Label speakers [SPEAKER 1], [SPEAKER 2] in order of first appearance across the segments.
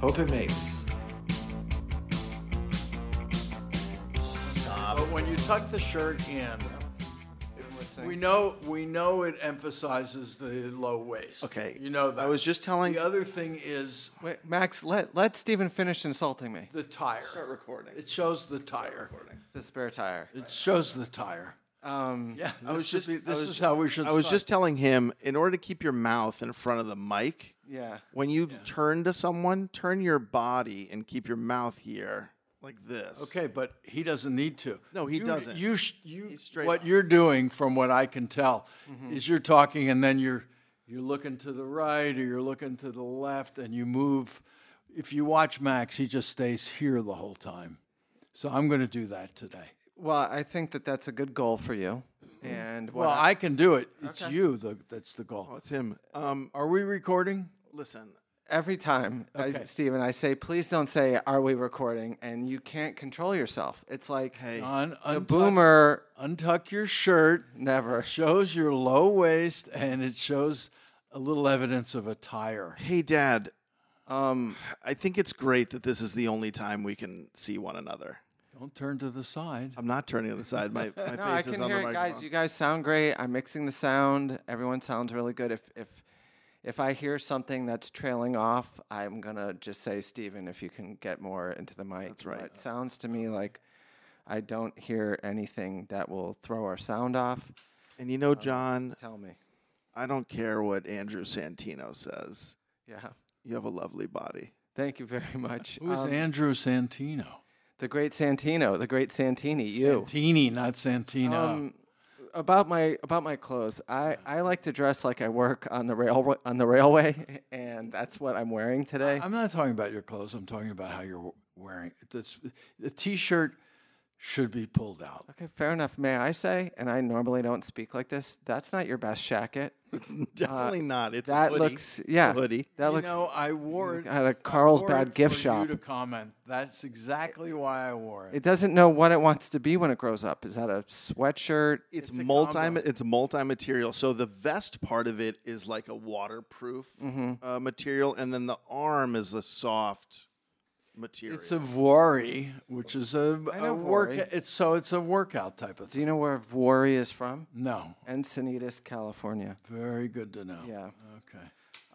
[SPEAKER 1] Hope it makes.
[SPEAKER 2] But when you tuck the shirt in, we know we know it emphasizes the low waist.
[SPEAKER 3] Okay.
[SPEAKER 2] You know that.
[SPEAKER 3] I was just telling-
[SPEAKER 2] The other thing is
[SPEAKER 1] Wait, Max, let let Steven finish insulting me.
[SPEAKER 2] the tire.
[SPEAKER 3] recording.
[SPEAKER 2] It shows the tire.
[SPEAKER 1] The spare tire.
[SPEAKER 2] It shows the tire.
[SPEAKER 1] Um,
[SPEAKER 2] Yeah.
[SPEAKER 3] I was
[SPEAKER 2] this should
[SPEAKER 3] just
[SPEAKER 2] be-
[SPEAKER 3] I
[SPEAKER 2] this
[SPEAKER 3] was,
[SPEAKER 2] is how we should.
[SPEAKER 3] I was
[SPEAKER 2] start.
[SPEAKER 3] just telling him in order to keep your mouth in front of the mic,
[SPEAKER 1] yeah.
[SPEAKER 3] when you turn to someone, turn your body and keep your mouth here like this.
[SPEAKER 2] Okay, but he doesn't need to.
[SPEAKER 3] No, he
[SPEAKER 2] You-
[SPEAKER 3] doesn't.
[SPEAKER 2] You, sh- you,
[SPEAKER 3] He's straight Mm-hmm.
[SPEAKER 2] what
[SPEAKER 3] on.
[SPEAKER 2] you're doing, from what I can tell, is you're talking and then you're you're looking to the right or you're looking to the left, and you move. If you watch Max, he just stays here the whole time. So I'm going to do that today.
[SPEAKER 1] Well, I think that that's a good goal for you. And what
[SPEAKER 2] Mm-hmm. Well,
[SPEAKER 1] I-
[SPEAKER 2] I can do it. It's you the, that's the
[SPEAKER 3] Oh,
[SPEAKER 2] goal.
[SPEAKER 3] it's him. Um,
[SPEAKER 2] Are we recording?
[SPEAKER 3] listen.
[SPEAKER 1] every time, I,
[SPEAKER 2] Okay.
[SPEAKER 1] Steven, I say, please don't say, "Are we recording?" And you can't control yourself. It's like
[SPEAKER 3] Hey,
[SPEAKER 2] On
[SPEAKER 1] the
[SPEAKER 2] untuck,
[SPEAKER 1] boomer
[SPEAKER 2] untuck your shirt.
[SPEAKER 1] never.
[SPEAKER 2] Shows your low waist, and it shows a little evidence of a tire.
[SPEAKER 3] hey, Dad.
[SPEAKER 1] Um,
[SPEAKER 3] I think it's great that this is the only time we can see one another.
[SPEAKER 2] Don't turn to the side.
[SPEAKER 3] I'm not turning to the side. My, my
[SPEAKER 1] no, I
[SPEAKER 3] face is
[SPEAKER 1] can
[SPEAKER 3] on
[SPEAKER 1] hear
[SPEAKER 3] the
[SPEAKER 1] it,
[SPEAKER 3] microphone.
[SPEAKER 1] guys. You guys sound great. I'm mixing the sound. Everyone sounds really good. If if if I hear something that's trailing off, I'm gonna just say, Steven, if you can get more into the mic. That's
[SPEAKER 3] right.
[SPEAKER 1] It sounds to me like I don't hear anything that will throw our sound off.
[SPEAKER 3] and you
[SPEAKER 1] Uh,
[SPEAKER 3] know, John,
[SPEAKER 1] Tell me.
[SPEAKER 3] I don't care what Andrew Santino says.
[SPEAKER 1] Yeah.
[SPEAKER 3] You have a lovely body.
[SPEAKER 1] Thank you very much.
[SPEAKER 2] Who's
[SPEAKER 1] Um,
[SPEAKER 2] Andrew Santino?
[SPEAKER 1] the great Santino, the great Santini, you.
[SPEAKER 2] Santini, not Santino.
[SPEAKER 1] Um, about my about my clothes, I, I like to dress like I work on the rail on the railway, and that's what I'm wearing today.
[SPEAKER 2] I'm not talking about your clothes. I'm talking about how you're w- wearing it. That's, the t-shirt should be pulled out.
[SPEAKER 1] Okay, fair enough. May I say, and I normally don't speak like this, that's not your best jacket.
[SPEAKER 3] It's definitely not. It's a
[SPEAKER 1] Uh, That
[SPEAKER 3] hoodie.
[SPEAKER 1] looks,
[SPEAKER 3] It's a
[SPEAKER 1] yeah,
[SPEAKER 3] hoodie.
[SPEAKER 1] That
[SPEAKER 2] you
[SPEAKER 1] looks
[SPEAKER 2] know, I wore it
[SPEAKER 1] at a
[SPEAKER 2] wore
[SPEAKER 1] Carlsbad
[SPEAKER 2] it
[SPEAKER 1] gift
[SPEAKER 2] for
[SPEAKER 1] shop.
[SPEAKER 2] You to comment. That's exactly why I wore it.
[SPEAKER 1] It doesn't know what it wants to be when it grows up. Is that a sweatshirt?
[SPEAKER 3] it's multi it's multi material. So the vest part of it is like a waterproof uh, material, and then the arm is a soft material.
[SPEAKER 2] It's a vory, which is a,
[SPEAKER 1] know
[SPEAKER 2] a work.
[SPEAKER 1] vory.
[SPEAKER 2] It's so it's a workout type
[SPEAKER 1] Do
[SPEAKER 2] of thing.
[SPEAKER 1] you know where Vori is from?
[SPEAKER 2] No,
[SPEAKER 1] Encinitas, California.
[SPEAKER 2] very good to know.
[SPEAKER 1] Yeah.
[SPEAKER 2] Okay.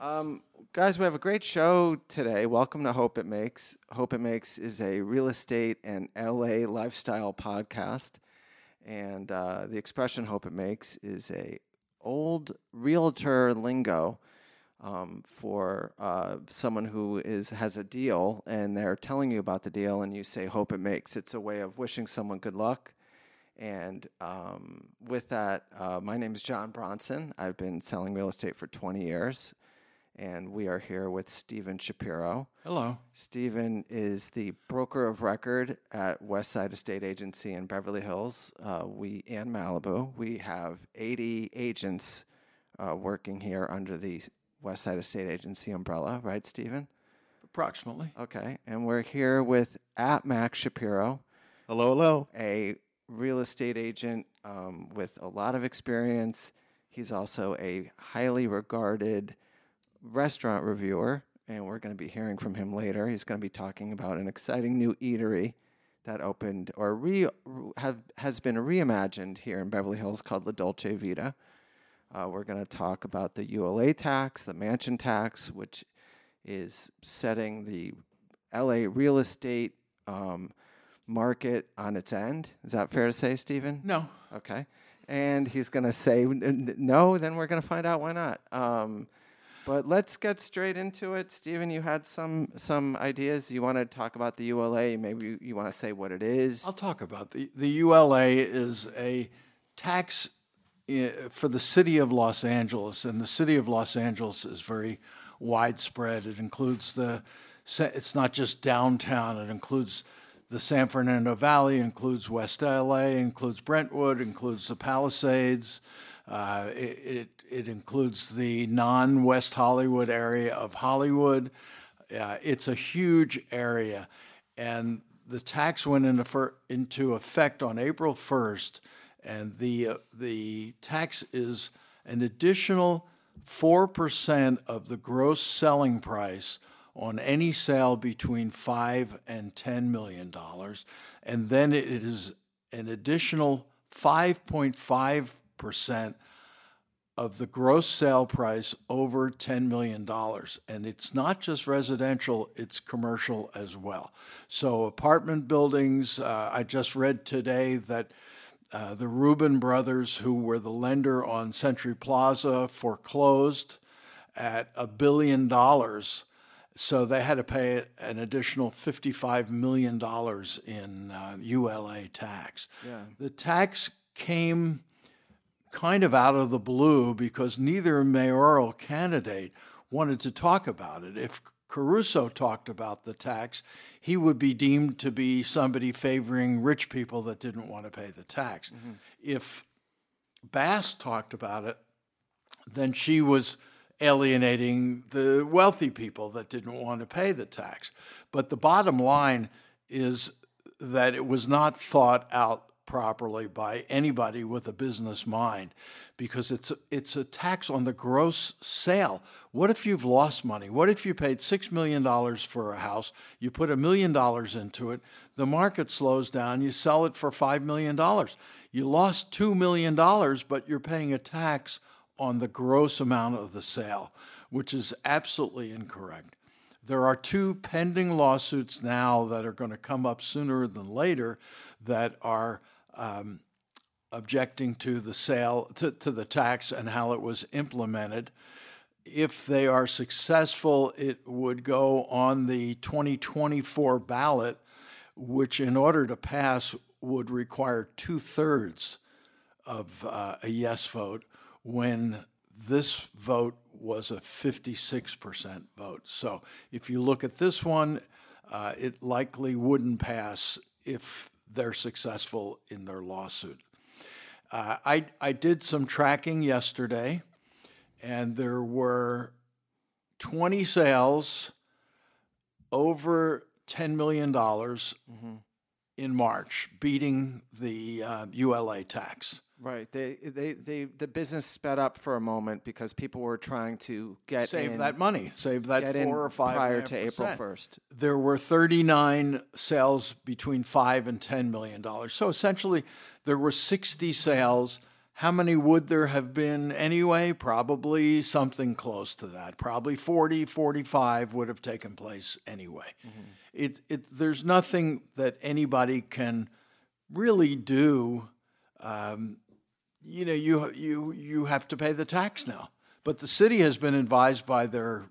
[SPEAKER 1] Um, guys, we have a great show today. Welcome to Hope It Makes. Hope It Makes is a real estate and LA lifestyle podcast, and uh, the expression "Hope It Makes" is a old realtor lingo um, for uh, someone who is has a deal and they're telling you about the deal, and you say "Hope It Makes." It's a way of wishing someone good luck. And um, with that, uh, my name is John Bronson. I've been selling real estate for 20 years, and we are here with Steven Shapiro.
[SPEAKER 2] Hello.
[SPEAKER 1] Steven is the broker of record at Westside Estate Agency in Beverly Hills. Uh, we and Malibu. We have 80 agents uh, working here under the Westside Estate Agency umbrella, right, Steven?
[SPEAKER 2] Approximately.
[SPEAKER 1] Okay, and we're here with at Max Shapiro
[SPEAKER 3] hello, hello.
[SPEAKER 1] a real estate agent um, with a lot of experience. He's also a highly regarded restaurant reviewer, and we're going to be hearing from him later. He's going to be talking about an exciting new eatery that opened or re, have, has been reimagined here in Beverly Hills called La Dolce Vita. Uh, we're going to talk about the ULA tax, the mansion tax, which is setting the LA real estate um, market on its end. Is that fair to say, Stephen?
[SPEAKER 2] No.
[SPEAKER 1] Okay. And he's going to say n- n- no, then we're going to find out why not. Um, but let's get straight into it. Stephen, you had some some ideas. You want to talk about the ULA. Maybe you, you want to say what it is.
[SPEAKER 2] I'll talk about the the ULA is a tax i- for the city of Los Angeles, and the city of Los Angeles is very widespread. It includes the sa- it's not just downtown. It includes the San Fernando Valley, includes West LA, includes Brentwood, includes the Palisades. Uh, it, it it includes the non-West Hollywood area of Hollywood. Uh, it's a huge area, and the tax went into, fir- into effect on April 1st, and the uh, the tax is an additional four percent of the gross selling price on any sale between five and ten million dollars, and then it is an additional five point five percent of the gross sale price over $10 million. And it's not just residential, it's commercial as well. So, apartment buildings, uh, I just read today that uh, the Rubin brothers, who were the lender on Century Plaza, foreclosed at a billion dollars. So they had to pay an additional $55 million in uh, ULA tax. The tax came kind of out of the blue because neither mayoral candidate wanted to talk about it. If Caruso talked about the tax, he would be deemed to be somebody favoring rich people that didn't want to pay the tax. If Bass talked about it, then she was alienating the wealthy people that didn't want to pay the tax. But the bottom line is that it was not thought out properly by anybody with a business mind because it's it's a tax on the gross sale. What if you've lost money? What if you paid 6 million dollars for a house, you put a million dollars into it, the market slows down, you sell it for 5 million dollars. You lost 2 million dollars, but you're paying a tax on the gross amount of the sale, which is absolutely incorrect. There are two pending lawsuits now that are going to come up sooner than later that are um, objecting to the sale, to, to the tax, and how it was implemented. If they are successful, it would go on the 2024 ballot, which, in order to pass, would require two thirds of uh, a yes vote when this vote was a 56% vote. So if you look at this one, uh, it likely wouldn't pass if they're successful in their lawsuit. Uh, I, I did some tracking yesterday, and there were 20 sales over $10 million in March, beating the uh, ULA tax.
[SPEAKER 1] Right. They, they, they, the business sped up for a moment because people were trying to get
[SPEAKER 2] Save
[SPEAKER 1] in,
[SPEAKER 2] that money, save that
[SPEAKER 1] get in
[SPEAKER 2] four or five
[SPEAKER 1] prior
[SPEAKER 2] and a
[SPEAKER 1] to
[SPEAKER 2] half
[SPEAKER 1] April
[SPEAKER 2] percent.
[SPEAKER 1] 1st.
[SPEAKER 2] there were 39 sales between 5 and 10 million dollars so essentially there were 60 sales how many would there have been anyway probably something close to that probably 40 45 would have taken place anyway
[SPEAKER 1] Mm-hmm.
[SPEAKER 2] it, it, there's nothing that anybody can really do you know you you you have to pay the tax now but the city has been advised by their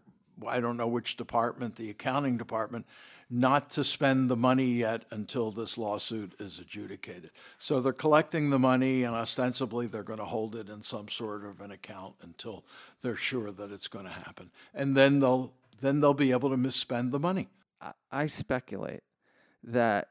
[SPEAKER 2] I don't know which department the accounting department not to spend the money yet until this lawsuit is adjudicated so they're collecting the money and ostensibly they're going to hold it in some sort of an account until they're sure that it's going to happen and then they'll then they'll be able to misspend the money
[SPEAKER 1] I- I speculate that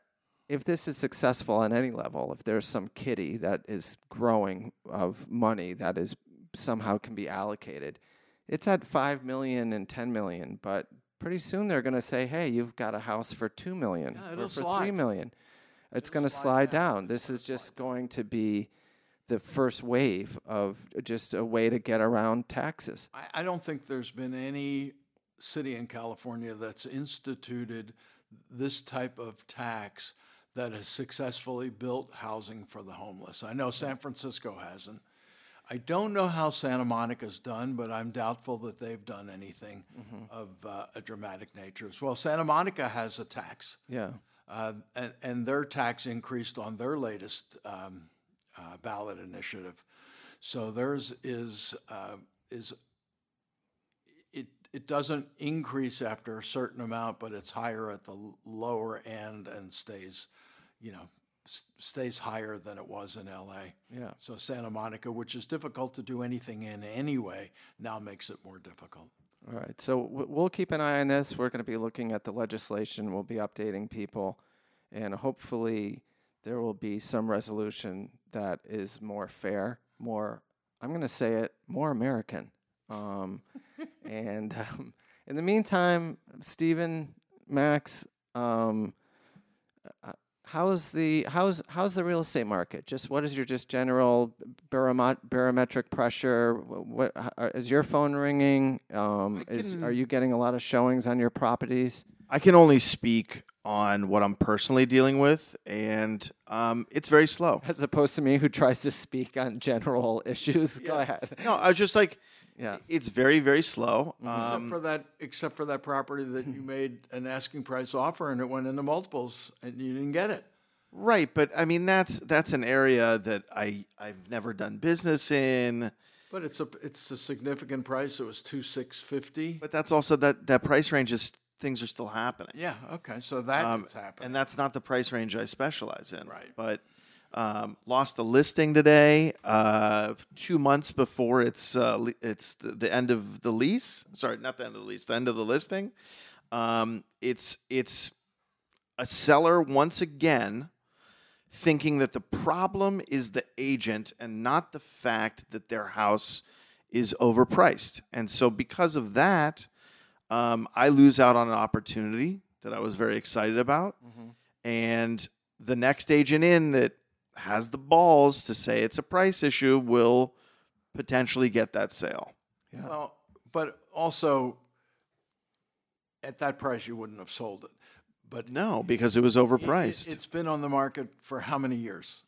[SPEAKER 1] if this is successful on any level, if there's some kitty that is growing of money that is somehow can be allocated, it's at 5 million and 10 million, but pretty soon they're going to say, "Hey, you've got a house for 2 million
[SPEAKER 2] Yeah,
[SPEAKER 1] or
[SPEAKER 2] it'll
[SPEAKER 1] for
[SPEAKER 2] slide.
[SPEAKER 1] 3 million." It's going to slide down. This is just going to be the first wave of just a way to get around taxes.
[SPEAKER 2] I, I don't think there's been any city in California that's instituted this type of tax that has successfully built housing for the homeless. I know San Francisco hasn't. I don't know how Santa Monica's done, but I'm doubtful that they've done anything of uh, a dramatic nature as well. Santa Monica has a tax,
[SPEAKER 1] Yeah.
[SPEAKER 2] uh, and, and their tax increased on their latest um, uh, ballot initiative. So theirs is uh, is it it doesn't increase after a certain amount, but it's higher at the l- lower end and stays, you know, s- stays higher than it was in L.A.
[SPEAKER 1] Yeah.
[SPEAKER 2] So Santa Monica, which is difficult to do anything in anyway, now makes it more difficult.
[SPEAKER 1] All right. So w- we'll keep an eye on this. We're going to be looking at the legislation. We'll be updating people. And hopefully, there will be some resolution that is more fair, more, I'm going to say it, more American. Um, and um, in the meantime, Stephen, Max, um, how's the how's how's the real estate market? Just what is your just general baromot- barometric pressure? Wh- What h- are- is your phone ringing? Um, is are you getting a lot of showings on your properties?
[SPEAKER 3] I can only speak on what I'm personally dealing with, and um, it's very slow.
[SPEAKER 1] As opposed to me, who tries to speak on general issues. Go ahead.
[SPEAKER 3] No, I was just like,
[SPEAKER 1] Yeah.
[SPEAKER 3] it's very, very slow. Um,
[SPEAKER 2] except for that, except for that property that you made an asking price offer and it went into multiples and you didn't get it.
[SPEAKER 3] right, but I mean that's that's an area that I I've never done business in.
[SPEAKER 2] But it's a it's a significant price. It was two six fifty.
[SPEAKER 3] But that's also that that price range is things are still happening.
[SPEAKER 2] Yeah. Okay. So that's
[SPEAKER 3] Um,
[SPEAKER 2] happening.
[SPEAKER 3] and that's not the price range I specialize in.
[SPEAKER 2] Right.
[SPEAKER 3] But um, lost a listing today, uh, two months before it's uh, le- it's the, the end of the lease. Sorry, not the end of the lease, the end of the listing. Um, it's it's a seller once again thinking that the problem is the agent and not the fact that their house is overpriced. And so because of that, um, I lose out on an opportunity that I was very excited about. And the next agent in that has the balls to say it's a price issue will potentially get that sale.
[SPEAKER 2] Well, but also at that price you wouldn't have sold it. But
[SPEAKER 3] No, because it was
[SPEAKER 2] Oh. it- it-
[SPEAKER 3] overpriced.
[SPEAKER 2] it's been on the market for how many years?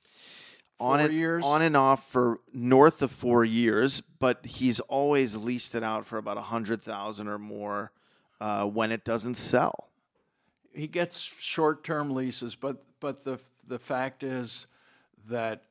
[SPEAKER 2] Four
[SPEAKER 3] on and,
[SPEAKER 2] years.
[SPEAKER 3] on and off for north of four years, but he's always leased it out for about a hundred thousand or more uh, when it doesn't sell.
[SPEAKER 2] he gets short-term leases, but but the the fact is that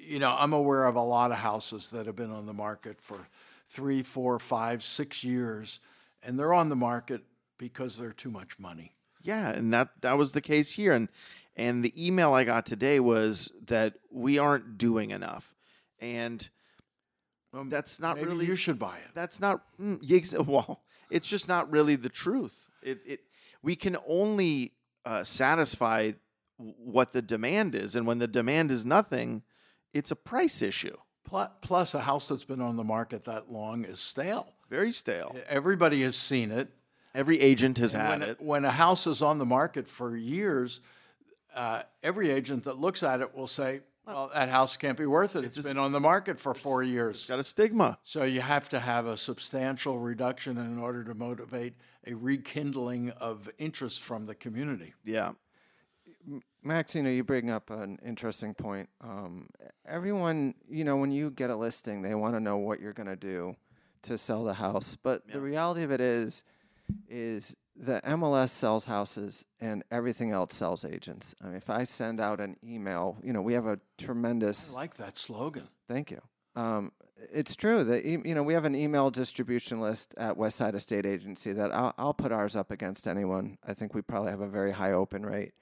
[SPEAKER 2] you know I'm aware of a lot of houses that have been on the market for three, four, five, six years, and they're on the market because they're too much money.
[SPEAKER 3] Yeah, and that that was the case here, and and the email I got today was that we aren't doing enough, and
[SPEAKER 2] Um,
[SPEAKER 3] that's not
[SPEAKER 2] Maybe
[SPEAKER 3] really
[SPEAKER 2] you should buy it.
[SPEAKER 3] that's not mm, yeah, ex- well it's just not really the truth it, it we can only uh, satisfy w- what the demand is and when the demand is nothing it's a price issue
[SPEAKER 2] Plu- Plus, a house that's been on the market that long is stale.
[SPEAKER 3] very stale
[SPEAKER 2] Everybody has seen it.
[SPEAKER 3] every agent has had
[SPEAKER 2] when,
[SPEAKER 3] it
[SPEAKER 2] when a house is on the market for years, uh, every agent that looks at it will say, well, that house can't be worth it. it's been on the market for four years.
[SPEAKER 3] got a stigma
[SPEAKER 2] So you have to have a substantial reduction in order to motivate a rekindling of interest from the community.
[SPEAKER 3] yeah
[SPEAKER 1] Max, you know, you bring up an interesting point. Um, everyone, you know, when you get a listing, they want to know what you're going to do to sell the house. But the reality of it is, is the MLS sells houses and everything else sells agents. I mean, if I send out an email, you know, we have a tremendous
[SPEAKER 2] I like that slogan.
[SPEAKER 1] Thank you. Um, it's true that e- you know we have an email distribution list at Westside Estate Agency that I'll, I'll put ours up against anyone. I think we probably have a very high open rate,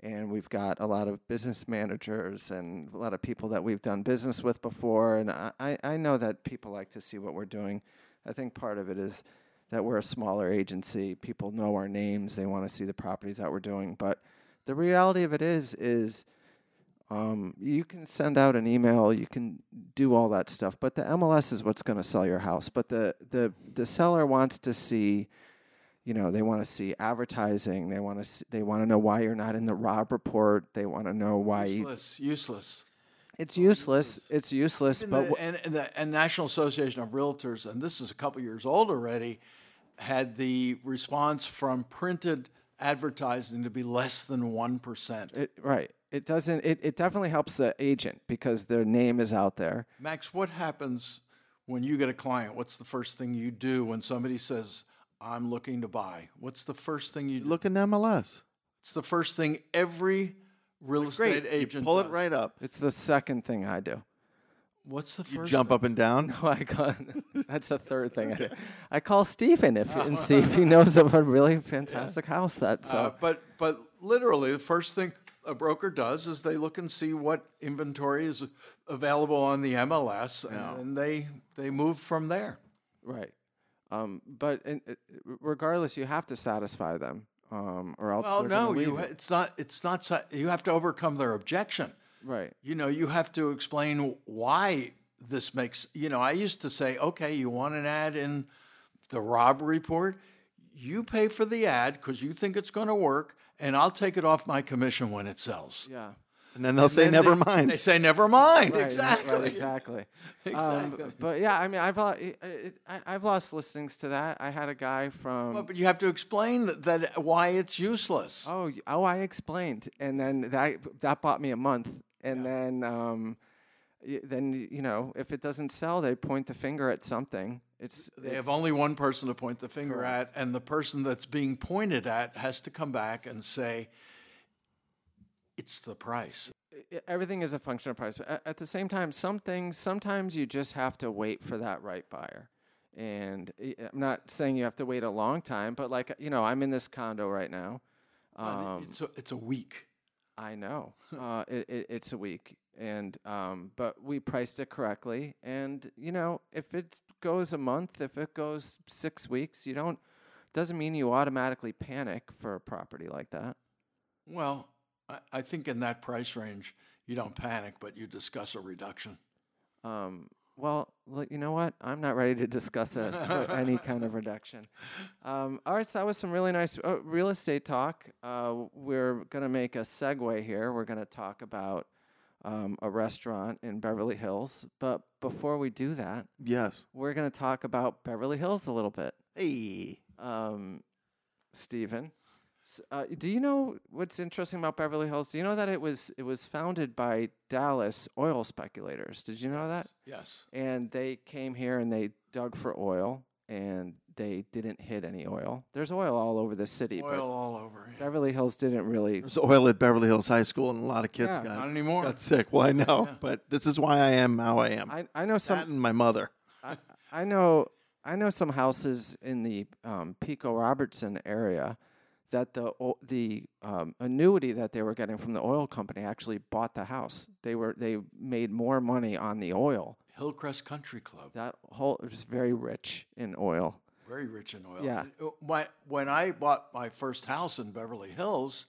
[SPEAKER 1] and we've got a lot of business managers and a lot of people that we've done business with before. And I, I- I know that people like to see what we're doing. I think part of it is that we're a smaller agency. People know our names. They want to see the properties that we're doing. But the reality of it is is um, you can send out an email, you can do all that stuff, but the MLS is what's going to sell your house. But the the the seller wants to see, you know, they want to see advertising, they want to they want to know why you're not in the Rob report, they want to know why you,
[SPEAKER 2] Useless, useless.
[SPEAKER 1] it's useless, it's useless.
[SPEAKER 2] And
[SPEAKER 1] But
[SPEAKER 2] the-
[SPEAKER 1] wh-
[SPEAKER 2] and, and the and National Association of Realtors, and this is a couple years old already, had the response from printed advertising to be less than one percent.
[SPEAKER 1] it, right, it doesn't. It, it definitely helps the agent because their name is out there.
[SPEAKER 2] Max, what happens when you get a client? What's the first thing you do when somebody says, "I'm looking to buy"? What's the first thing you do?
[SPEAKER 3] look in MLS
[SPEAKER 2] It's the first thing every real estate
[SPEAKER 3] great
[SPEAKER 2] agent
[SPEAKER 3] you pull it
[SPEAKER 2] does.
[SPEAKER 3] right up
[SPEAKER 1] It's the second thing I do.
[SPEAKER 2] What's the
[SPEAKER 3] you
[SPEAKER 2] first
[SPEAKER 3] jump
[SPEAKER 2] thing?
[SPEAKER 3] up and down
[SPEAKER 1] Oh, I call, that's the third thing I do. I call Stephen if and see if he knows of a really fantastic house that so
[SPEAKER 2] Uh, but but literally, the first thing a broker does is they look and see what inventory is available on the MLS, and, then they they move from there.
[SPEAKER 1] right. Um, but in, uh, regardless, you have to satisfy them, um, or else
[SPEAKER 2] Well,
[SPEAKER 1] they're gonna
[SPEAKER 2] Oh, no, you
[SPEAKER 1] leave
[SPEAKER 2] ha-
[SPEAKER 1] it.
[SPEAKER 2] it's not it's not si- you have to overcome their objection.
[SPEAKER 1] right.
[SPEAKER 2] You know, you have to explain why this makes. You know, I used to say, okay, you want an ad in the Rob report. you pay for the ad because you think it's going to work, and I'll take it off my commission when it sells.
[SPEAKER 1] Yeah.
[SPEAKER 3] And then they'll say,
[SPEAKER 2] And
[SPEAKER 3] never
[SPEAKER 2] they-
[SPEAKER 3] mind.
[SPEAKER 2] They say, never mind.
[SPEAKER 1] Right, right,
[SPEAKER 2] exactly.
[SPEAKER 1] exactly.
[SPEAKER 2] Exactly.
[SPEAKER 1] Um, but yeah, I mean, I've lo- it, uh, it- I, I've lost listings to that. I had a guy from.
[SPEAKER 2] But you have to explain that, that why it's useless.
[SPEAKER 1] Oh, y- oh, I explained, and then that that bought me a month, and then um, y- then y- you know, if it doesn't sell, they point the finger at something. It's
[SPEAKER 2] They have
[SPEAKER 1] it's-
[SPEAKER 2] only one person to point the finger at, and the person that's being pointed at has to come back and say, "It's the price."
[SPEAKER 1] i- e, everything is a function of price. But at, at the same time, some things sometimes you just have to wait for that right buyer. And i- I'm not saying you have to wait a long time, but like you know, I'm in this condo right now. Um,
[SPEAKER 2] it's, a, it's a week.
[SPEAKER 1] I know. Uh, it, it, it's a week, and um, but we priced it correctly. And you know, if it goes a month, if it goes six weeks, you don't. Doesn't mean you automatically panic for a property like that.
[SPEAKER 2] Well, I, I think in that price range, you don't panic, but you discuss a reduction.
[SPEAKER 1] Um, well, l- you know what? I'm not ready to discuss a, a- any kind of reduction. Um, all right, so that was some really nice uh, real estate talk. Uh, we're going to make a segue here. We're going to talk about um, a restaurant in Beverly Hills. But before we do that,
[SPEAKER 3] yes.
[SPEAKER 1] we're going to talk about Beverly Hills a little bit.
[SPEAKER 3] Hey.
[SPEAKER 1] Um, Stephen, s- uh, do you know what's interesting about Beverly Hills? Do you know that it was it was founded by Dallas oil speculators? Did you know that?
[SPEAKER 2] Yes.
[SPEAKER 1] and they came here and they dug for oil and they didn't hit any oil. There's oil all over the city,
[SPEAKER 2] Oil all over.
[SPEAKER 1] but
[SPEAKER 2] yeah.
[SPEAKER 1] Beverly Hills didn't really.
[SPEAKER 3] There's oil at Beverly Hills High School, and a lot of kids
[SPEAKER 1] Yeah,
[SPEAKER 2] Not
[SPEAKER 3] got,
[SPEAKER 2] anymore.
[SPEAKER 3] got sick. Well, I know,
[SPEAKER 2] Yeah.
[SPEAKER 3] but this is why I am how I am.
[SPEAKER 1] I, I know
[SPEAKER 3] that
[SPEAKER 1] some.
[SPEAKER 3] and my mother.
[SPEAKER 1] I, I know I know some houses in the um, Pico Robertson area that the o- the um, annuity that they were getting from the oil company actually bought the house. They were they made more money on the oil.
[SPEAKER 2] Hillcrest Country Club.
[SPEAKER 1] That whole it was very rich in oil.
[SPEAKER 2] Very rich in oil.
[SPEAKER 1] Yeah.
[SPEAKER 2] And, uh, My, when I bought my first house in Beverly Hills,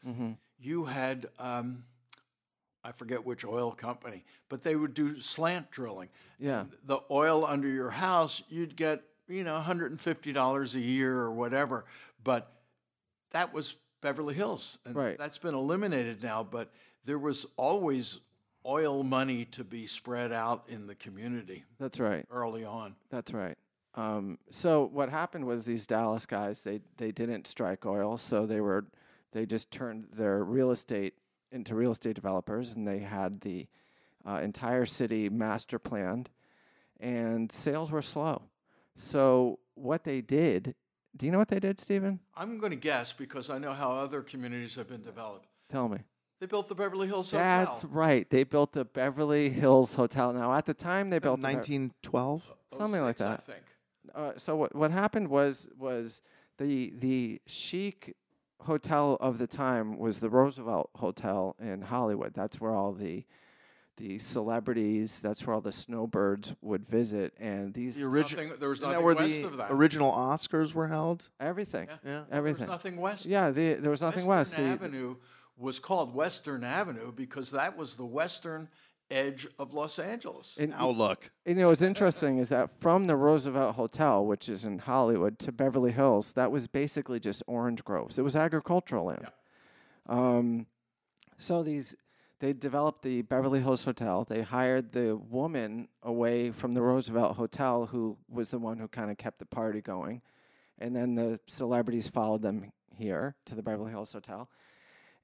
[SPEAKER 2] you had, um, I forget which oil company, but they would do slant drilling.
[SPEAKER 1] Yeah.
[SPEAKER 2] And The oil under your house, you'd get, you know, $150 a year or whatever. But that was Beverly Hills. And
[SPEAKER 1] Right.
[SPEAKER 2] That's been eliminated now, but there was always oil money to be spread out in the community
[SPEAKER 1] That's right.
[SPEAKER 2] early on.
[SPEAKER 1] That's right. Um, so what happened was these Dallas guys they they didn't strike oil, so they were they just turned their real estate into real estate developers, and they had the uh, entire city master planned, and sales were slow. So what they did, do you know what they did, Stephen?
[SPEAKER 2] I'm going to guess because I know how other communities have been developed.
[SPEAKER 1] Tell me.
[SPEAKER 2] They built the Beverly Hills
[SPEAKER 1] That's
[SPEAKER 2] Hotel.
[SPEAKER 1] right. They built the Beverly Hills Hotel. Now at the time they built the Bev-
[SPEAKER 3] 1912.
[SPEAKER 1] something like
[SPEAKER 2] 06,
[SPEAKER 1] that.
[SPEAKER 2] I think.
[SPEAKER 1] uh, so what what happened was was the the chic hotel of the time was the Roosevelt Hotel in Hollywood. That's where all the the celebrities, that's where all the snowbirds would visit, and these
[SPEAKER 3] The original.
[SPEAKER 2] Nothing, there was
[SPEAKER 3] Isn't that
[SPEAKER 2] nothing
[SPEAKER 3] where
[SPEAKER 2] west
[SPEAKER 3] the
[SPEAKER 2] of that.
[SPEAKER 3] original Oscars were held?
[SPEAKER 1] everything,
[SPEAKER 3] Yeah.
[SPEAKER 2] there was
[SPEAKER 1] everything.
[SPEAKER 2] nothing west.
[SPEAKER 1] Yeah, the, there was nothing
[SPEAKER 2] Western
[SPEAKER 1] west. The-
[SPEAKER 2] Avenue was called Western Avenue because that was the western edge of Los Angeles.
[SPEAKER 1] and,
[SPEAKER 3] Now look.
[SPEAKER 1] you know, what's interesting is that from the Roosevelt Hotel, which is in Hollywood, to Beverly Hills, that was basically just orange groves. It was agricultural land. Um, so these they developed the Beverly Hills Hotel. They hired the woman away from the Roosevelt Hotel, who was the one who kind of kept the party going, and then the celebrities followed them here to the Beverly Hills Hotel.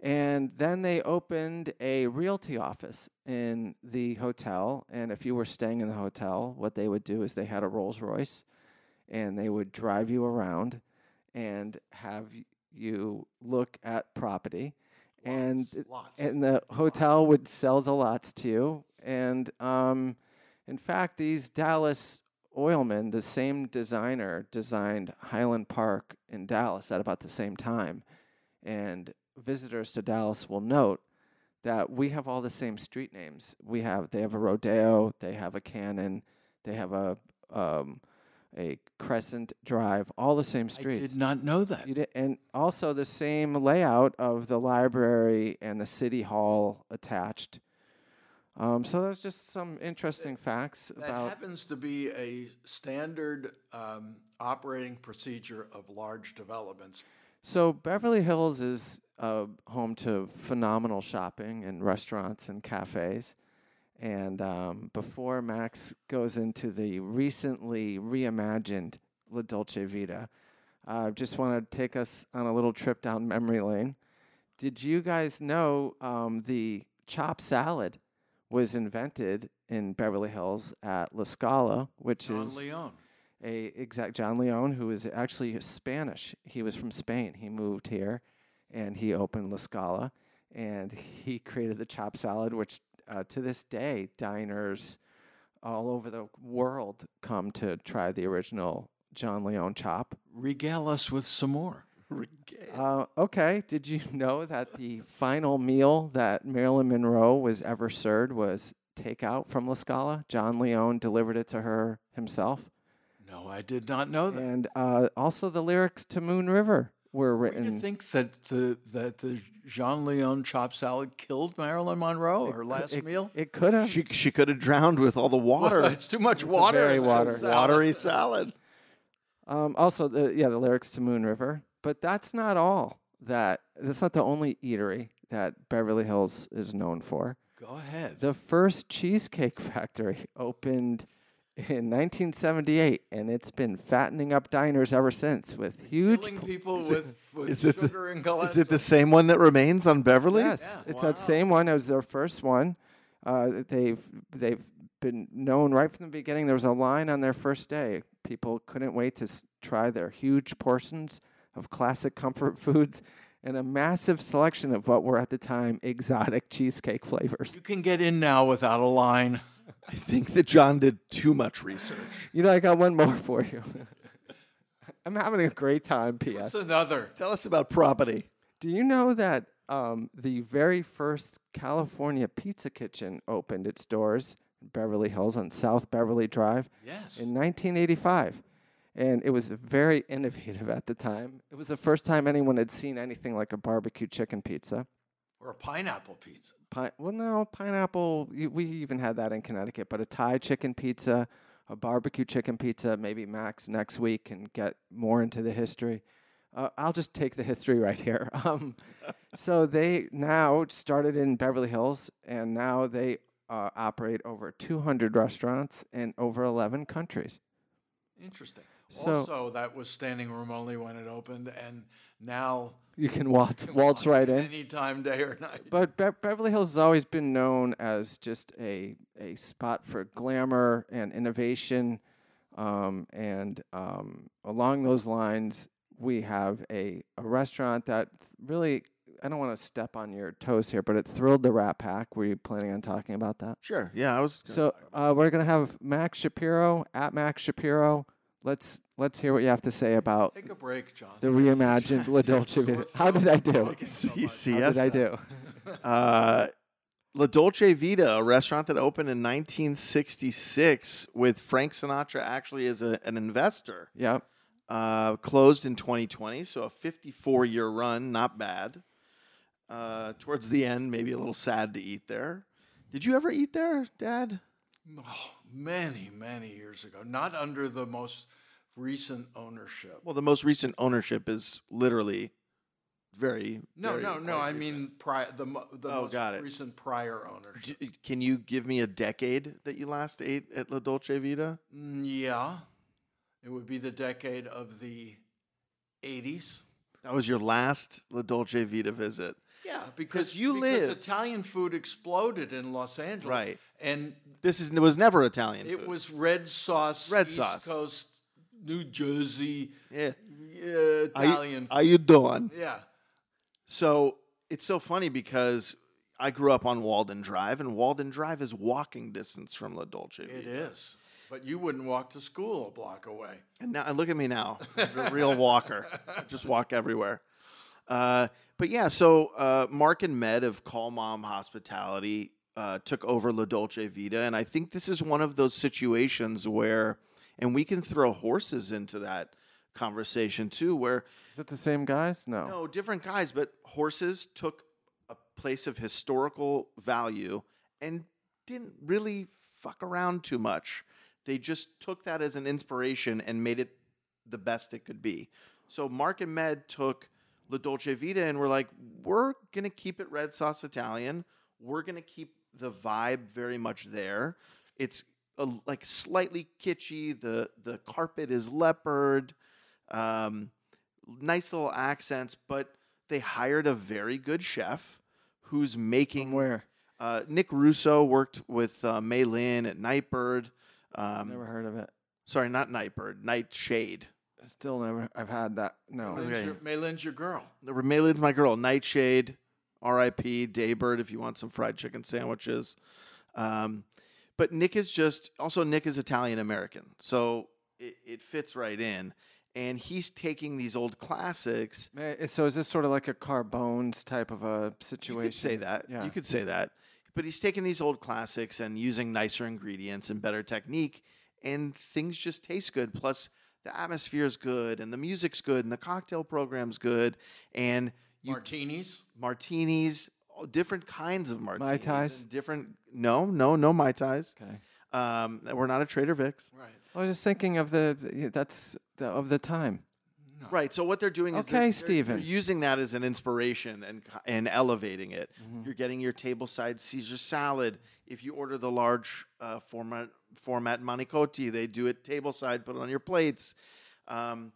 [SPEAKER 1] And then they opened a realty office in the hotel. And if you were staying in the hotel, what they would do is they had a Rolls Royce and they would drive you around and have y- you look at property. And
[SPEAKER 2] Lots, lots.
[SPEAKER 1] and the hotel would sell the lots to you. And um, in fact, these Dallas oilmen, the same designer, designed Highland Park in Dallas at about the same time. And visitors to Dallas will note that we have all the same street names. We have they have a rodeo, they have a cannon, they have a um, a Crescent Drive, all the same
[SPEAKER 2] I
[SPEAKER 1] streets.
[SPEAKER 2] did not know that.
[SPEAKER 1] You did, and also the same layout of the library and the city hall attached. Um, so there's just some interesting facts
[SPEAKER 2] That
[SPEAKER 1] about.
[SPEAKER 2] happens to be a standard um, operating procedure of large developments.
[SPEAKER 1] So Beverly Hills is uh, home to phenomenal shopping and restaurants and cafes. And um, before Max goes into the recently reimagined La Dolce Vita, uh, just want to take us on a little trip down memory lane. Did you guys know um, the chop salad was invented in Beverly Hills at La Scala, which
[SPEAKER 2] Don
[SPEAKER 1] is
[SPEAKER 2] Leon.
[SPEAKER 1] a exact John Leon, who is actually Spanish. He was from Spain. He moved here, and he opened La Scala, and he created the chop salad, which uh, to this day diners all over the world come to try the original John Leon chop.
[SPEAKER 2] Regale us with some more.
[SPEAKER 1] Uh, okay, did you know that the final meal that Marilyn Monroe was ever served was takeout from La Scala? John Leon delivered it to her himself.
[SPEAKER 2] No, I did not know that.
[SPEAKER 1] and uh, also the lyrics to Moon River were
[SPEAKER 2] Do you
[SPEAKER 1] written.
[SPEAKER 2] think that the that the Jean Leon chop salad killed Marilyn Monroe her last
[SPEAKER 1] it,
[SPEAKER 2] meal?
[SPEAKER 1] It could have.
[SPEAKER 3] She she could have drowned with all the water.
[SPEAKER 2] it's too much water.
[SPEAKER 1] very
[SPEAKER 2] in that
[SPEAKER 1] water.
[SPEAKER 2] salad.
[SPEAKER 3] Watery salad.
[SPEAKER 1] Um, also, the yeah, the lyrics to Moon River. But that's not all. That that's not the only eatery that Beverly Hills is known for.
[SPEAKER 2] Go ahead.
[SPEAKER 1] The first cheesecake factory opened in 1978, and it's been fattening up diners ever since with huge.
[SPEAKER 2] Filling
[SPEAKER 1] pl-
[SPEAKER 2] people with, with
[SPEAKER 3] is it the-
[SPEAKER 2] sugar and galactose.
[SPEAKER 3] Is it the same one that remains on Beverly?
[SPEAKER 1] Yes, it's that same one. It was their first one. Uh, they've they've been known right from the beginning. There was a line on their first day. People couldn't wait to s- try their huge portions of classic comfort foods and a massive selection of what were at the time exotic cheesecake flavors.
[SPEAKER 2] You can get in now without a line.
[SPEAKER 3] I think that John did too much research.
[SPEAKER 1] You know, I got one more for you. I'm having a great time. P.S.
[SPEAKER 2] It's another.
[SPEAKER 3] Tell us about property.
[SPEAKER 1] Do you know that um, the very first California Pizza Kitchen opened its doors in Beverly Hills on South Beverly Drive
[SPEAKER 2] Yes.
[SPEAKER 1] in 1985? And it was very innovative at the time. It was the first time anyone had seen anything like a barbecue chicken pizza.
[SPEAKER 2] Or a pineapple pizza.
[SPEAKER 1] Pine- well, no, pineapple, y- we even had that in Connecticut, but a Thai chicken pizza, a barbecue chicken pizza, maybe Max next week and get more into the history. Uh, I'll just take the history right here. Um, so they now started in Beverly Hills and now they uh, operate over 200 restaurants in over 11 countries.
[SPEAKER 2] Interesting.
[SPEAKER 1] So-
[SPEAKER 2] also, that was standing room only when it opened, and now
[SPEAKER 1] You can waltz, waltz right in.
[SPEAKER 2] any time, day or night.
[SPEAKER 1] But Be- Beverly Hills has always been known as just a a spot for glamour and innovation, um, and um, along those lines, we have a a restaurant that th- really I don't want to step on your toes here, but it thrilled the Rat Pack. Were you planning on talking about that?
[SPEAKER 3] Sure. Yeah, I was.
[SPEAKER 1] So uh, we're gonna have Max Shapiro at Max Shapiro. Let's let's hear what you have to say about
[SPEAKER 2] Take a break, John.
[SPEAKER 1] the reimagined La Dolce Vita. How did I do?
[SPEAKER 2] Okay.
[SPEAKER 3] see, see
[SPEAKER 1] How did I do?
[SPEAKER 3] Uh, La Dolce Vita, a restaurant that opened in 1966 with Frank Sinatra actually as a, an investor,
[SPEAKER 1] Yep.
[SPEAKER 3] uh, closed in 2020. So a 54 year run, not bad. Uh, towards the end, maybe a little sad to eat there. Did you ever eat there, Dad?
[SPEAKER 2] Oh, many, many years ago, not under the most recent ownership.
[SPEAKER 3] Well, the most recent ownership is literally very.
[SPEAKER 2] No,
[SPEAKER 3] very
[SPEAKER 2] no, no.
[SPEAKER 3] quite
[SPEAKER 2] I
[SPEAKER 3] recent.
[SPEAKER 2] mean prior, the mo- the
[SPEAKER 3] Oh,
[SPEAKER 2] most
[SPEAKER 3] got it.
[SPEAKER 2] recent prior ownership.
[SPEAKER 3] D- Can you give me a decade that you last ate at La Dolce Vita?
[SPEAKER 2] Mm, yeah, it would be the decade of the '80s.
[SPEAKER 3] That was your last La Dolce Vita visit.
[SPEAKER 2] Yeah, because
[SPEAKER 3] you
[SPEAKER 2] because
[SPEAKER 3] live-
[SPEAKER 2] Italian food exploded in Los Angeles,
[SPEAKER 3] Right.
[SPEAKER 2] And
[SPEAKER 3] This is it was never Italian
[SPEAKER 2] it
[SPEAKER 3] food.
[SPEAKER 2] was red sauce,
[SPEAKER 3] Red
[SPEAKER 2] East
[SPEAKER 3] sauce.
[SPEAKER 2] Coast, New Jersey,
[SPEAKER 3] yeah.
[SPEAKER 2] uh, Italian.
[SPEAKER 3] How you doing?
[SPEAKER 2] food. yeah,
[SPEAKER 3] So it's so funny because I grew up on Walden Drive, and Walden Drive is walking distance from La Dolce Vita.
[SPEAKER 2] it is. But you wouldn't walk to school a block away.
[SPEAKER 3] And now and look at me now, a real walker. I just walk everywhere. Uh, but yeah, so uh, Mark and Med of Call Mom Hospitality uh, took over La Dolce Vita, and I think this is one of those situations where, and we can throw horses into that conversation too, where
[SPEAKER 1] Is it the same guys?
[SPEAKER 3] no different guys, but horses took a place of historical value and didn't really fuck around too much. They just took that as an inspiration and made it the best it could be. So Mark and Med took La Dolce Vita and we're like, we're gonna keep it red sauce Italian. We're gonna keep the vibe very much there. It's a, like slightly kitschy. The the carpet is leopard. Um, nice little accents, but they hired a very good chef who's making
[SPEAKER 1] Where?
[SPEAKER 3] uh, Nick Russo worked with uh, May Lin at Nightbird. Um,
[SPEAKER 1] Never heard of it.
[SPEAKER 3] Sorry, not Nightbird, Nightshade.
[SPEAKER 1] Still never. I've had that. No.
[SPEAKER 3] Oh, Okay.
[SPEAKER 2] Maylin's your, Maylin's your girl.
[SPEAKER 3] The May Lin's my girl. Nightshade, R.I.P. Daybird. If you want some fried chicken sandwiches, um, but Nick is just also Nick is Italian American, so it, it fits right in. And he's taking these old classics
[SPEAKER 1] Ma- eh, So is this sort of like a Carbones type of a situation?
[SPEAKER 3] You could say that.
[SPEAKER 1] Yeah.
[SPEAKER 3] You could say that. But he's taking these old classics and using nicer ingredients and better technique, and things just taste good. Plus, the atmosphere is good, and the music's good, and the cocktail program's good, and you,
[SPEAKER 2] Martinis.
[SPEAKER 3] martinis, all different kinds of martinis,
[SPEAKER 1] Tais?
[SPEAKER 3] and different. No, no, no mai tais.
[SPEAKER 1] Okay.
[SPEAKER 3] Um, we're not a Trader Vic's.
[SPEAKER 2] Right.
[SPEAKER 1] I was just thinking of the yeah, that's the, of the time.
[SPEAKER 3] Right. So what they're doing is
[SPEAKER 1] Okay,
[SPEAKER 3] they're- they're,
[SPEAKER 1] Steven.
[SPEAKER 3] they're using that as an inspiration and co- and elevating it.
[SPEAKER 1] Mm-hmm.
[SPEAKER 3] You're getting your tableside Caesar salad. If you order the large uh, format format manicotti, they do it tableside, put it on your plates. Um,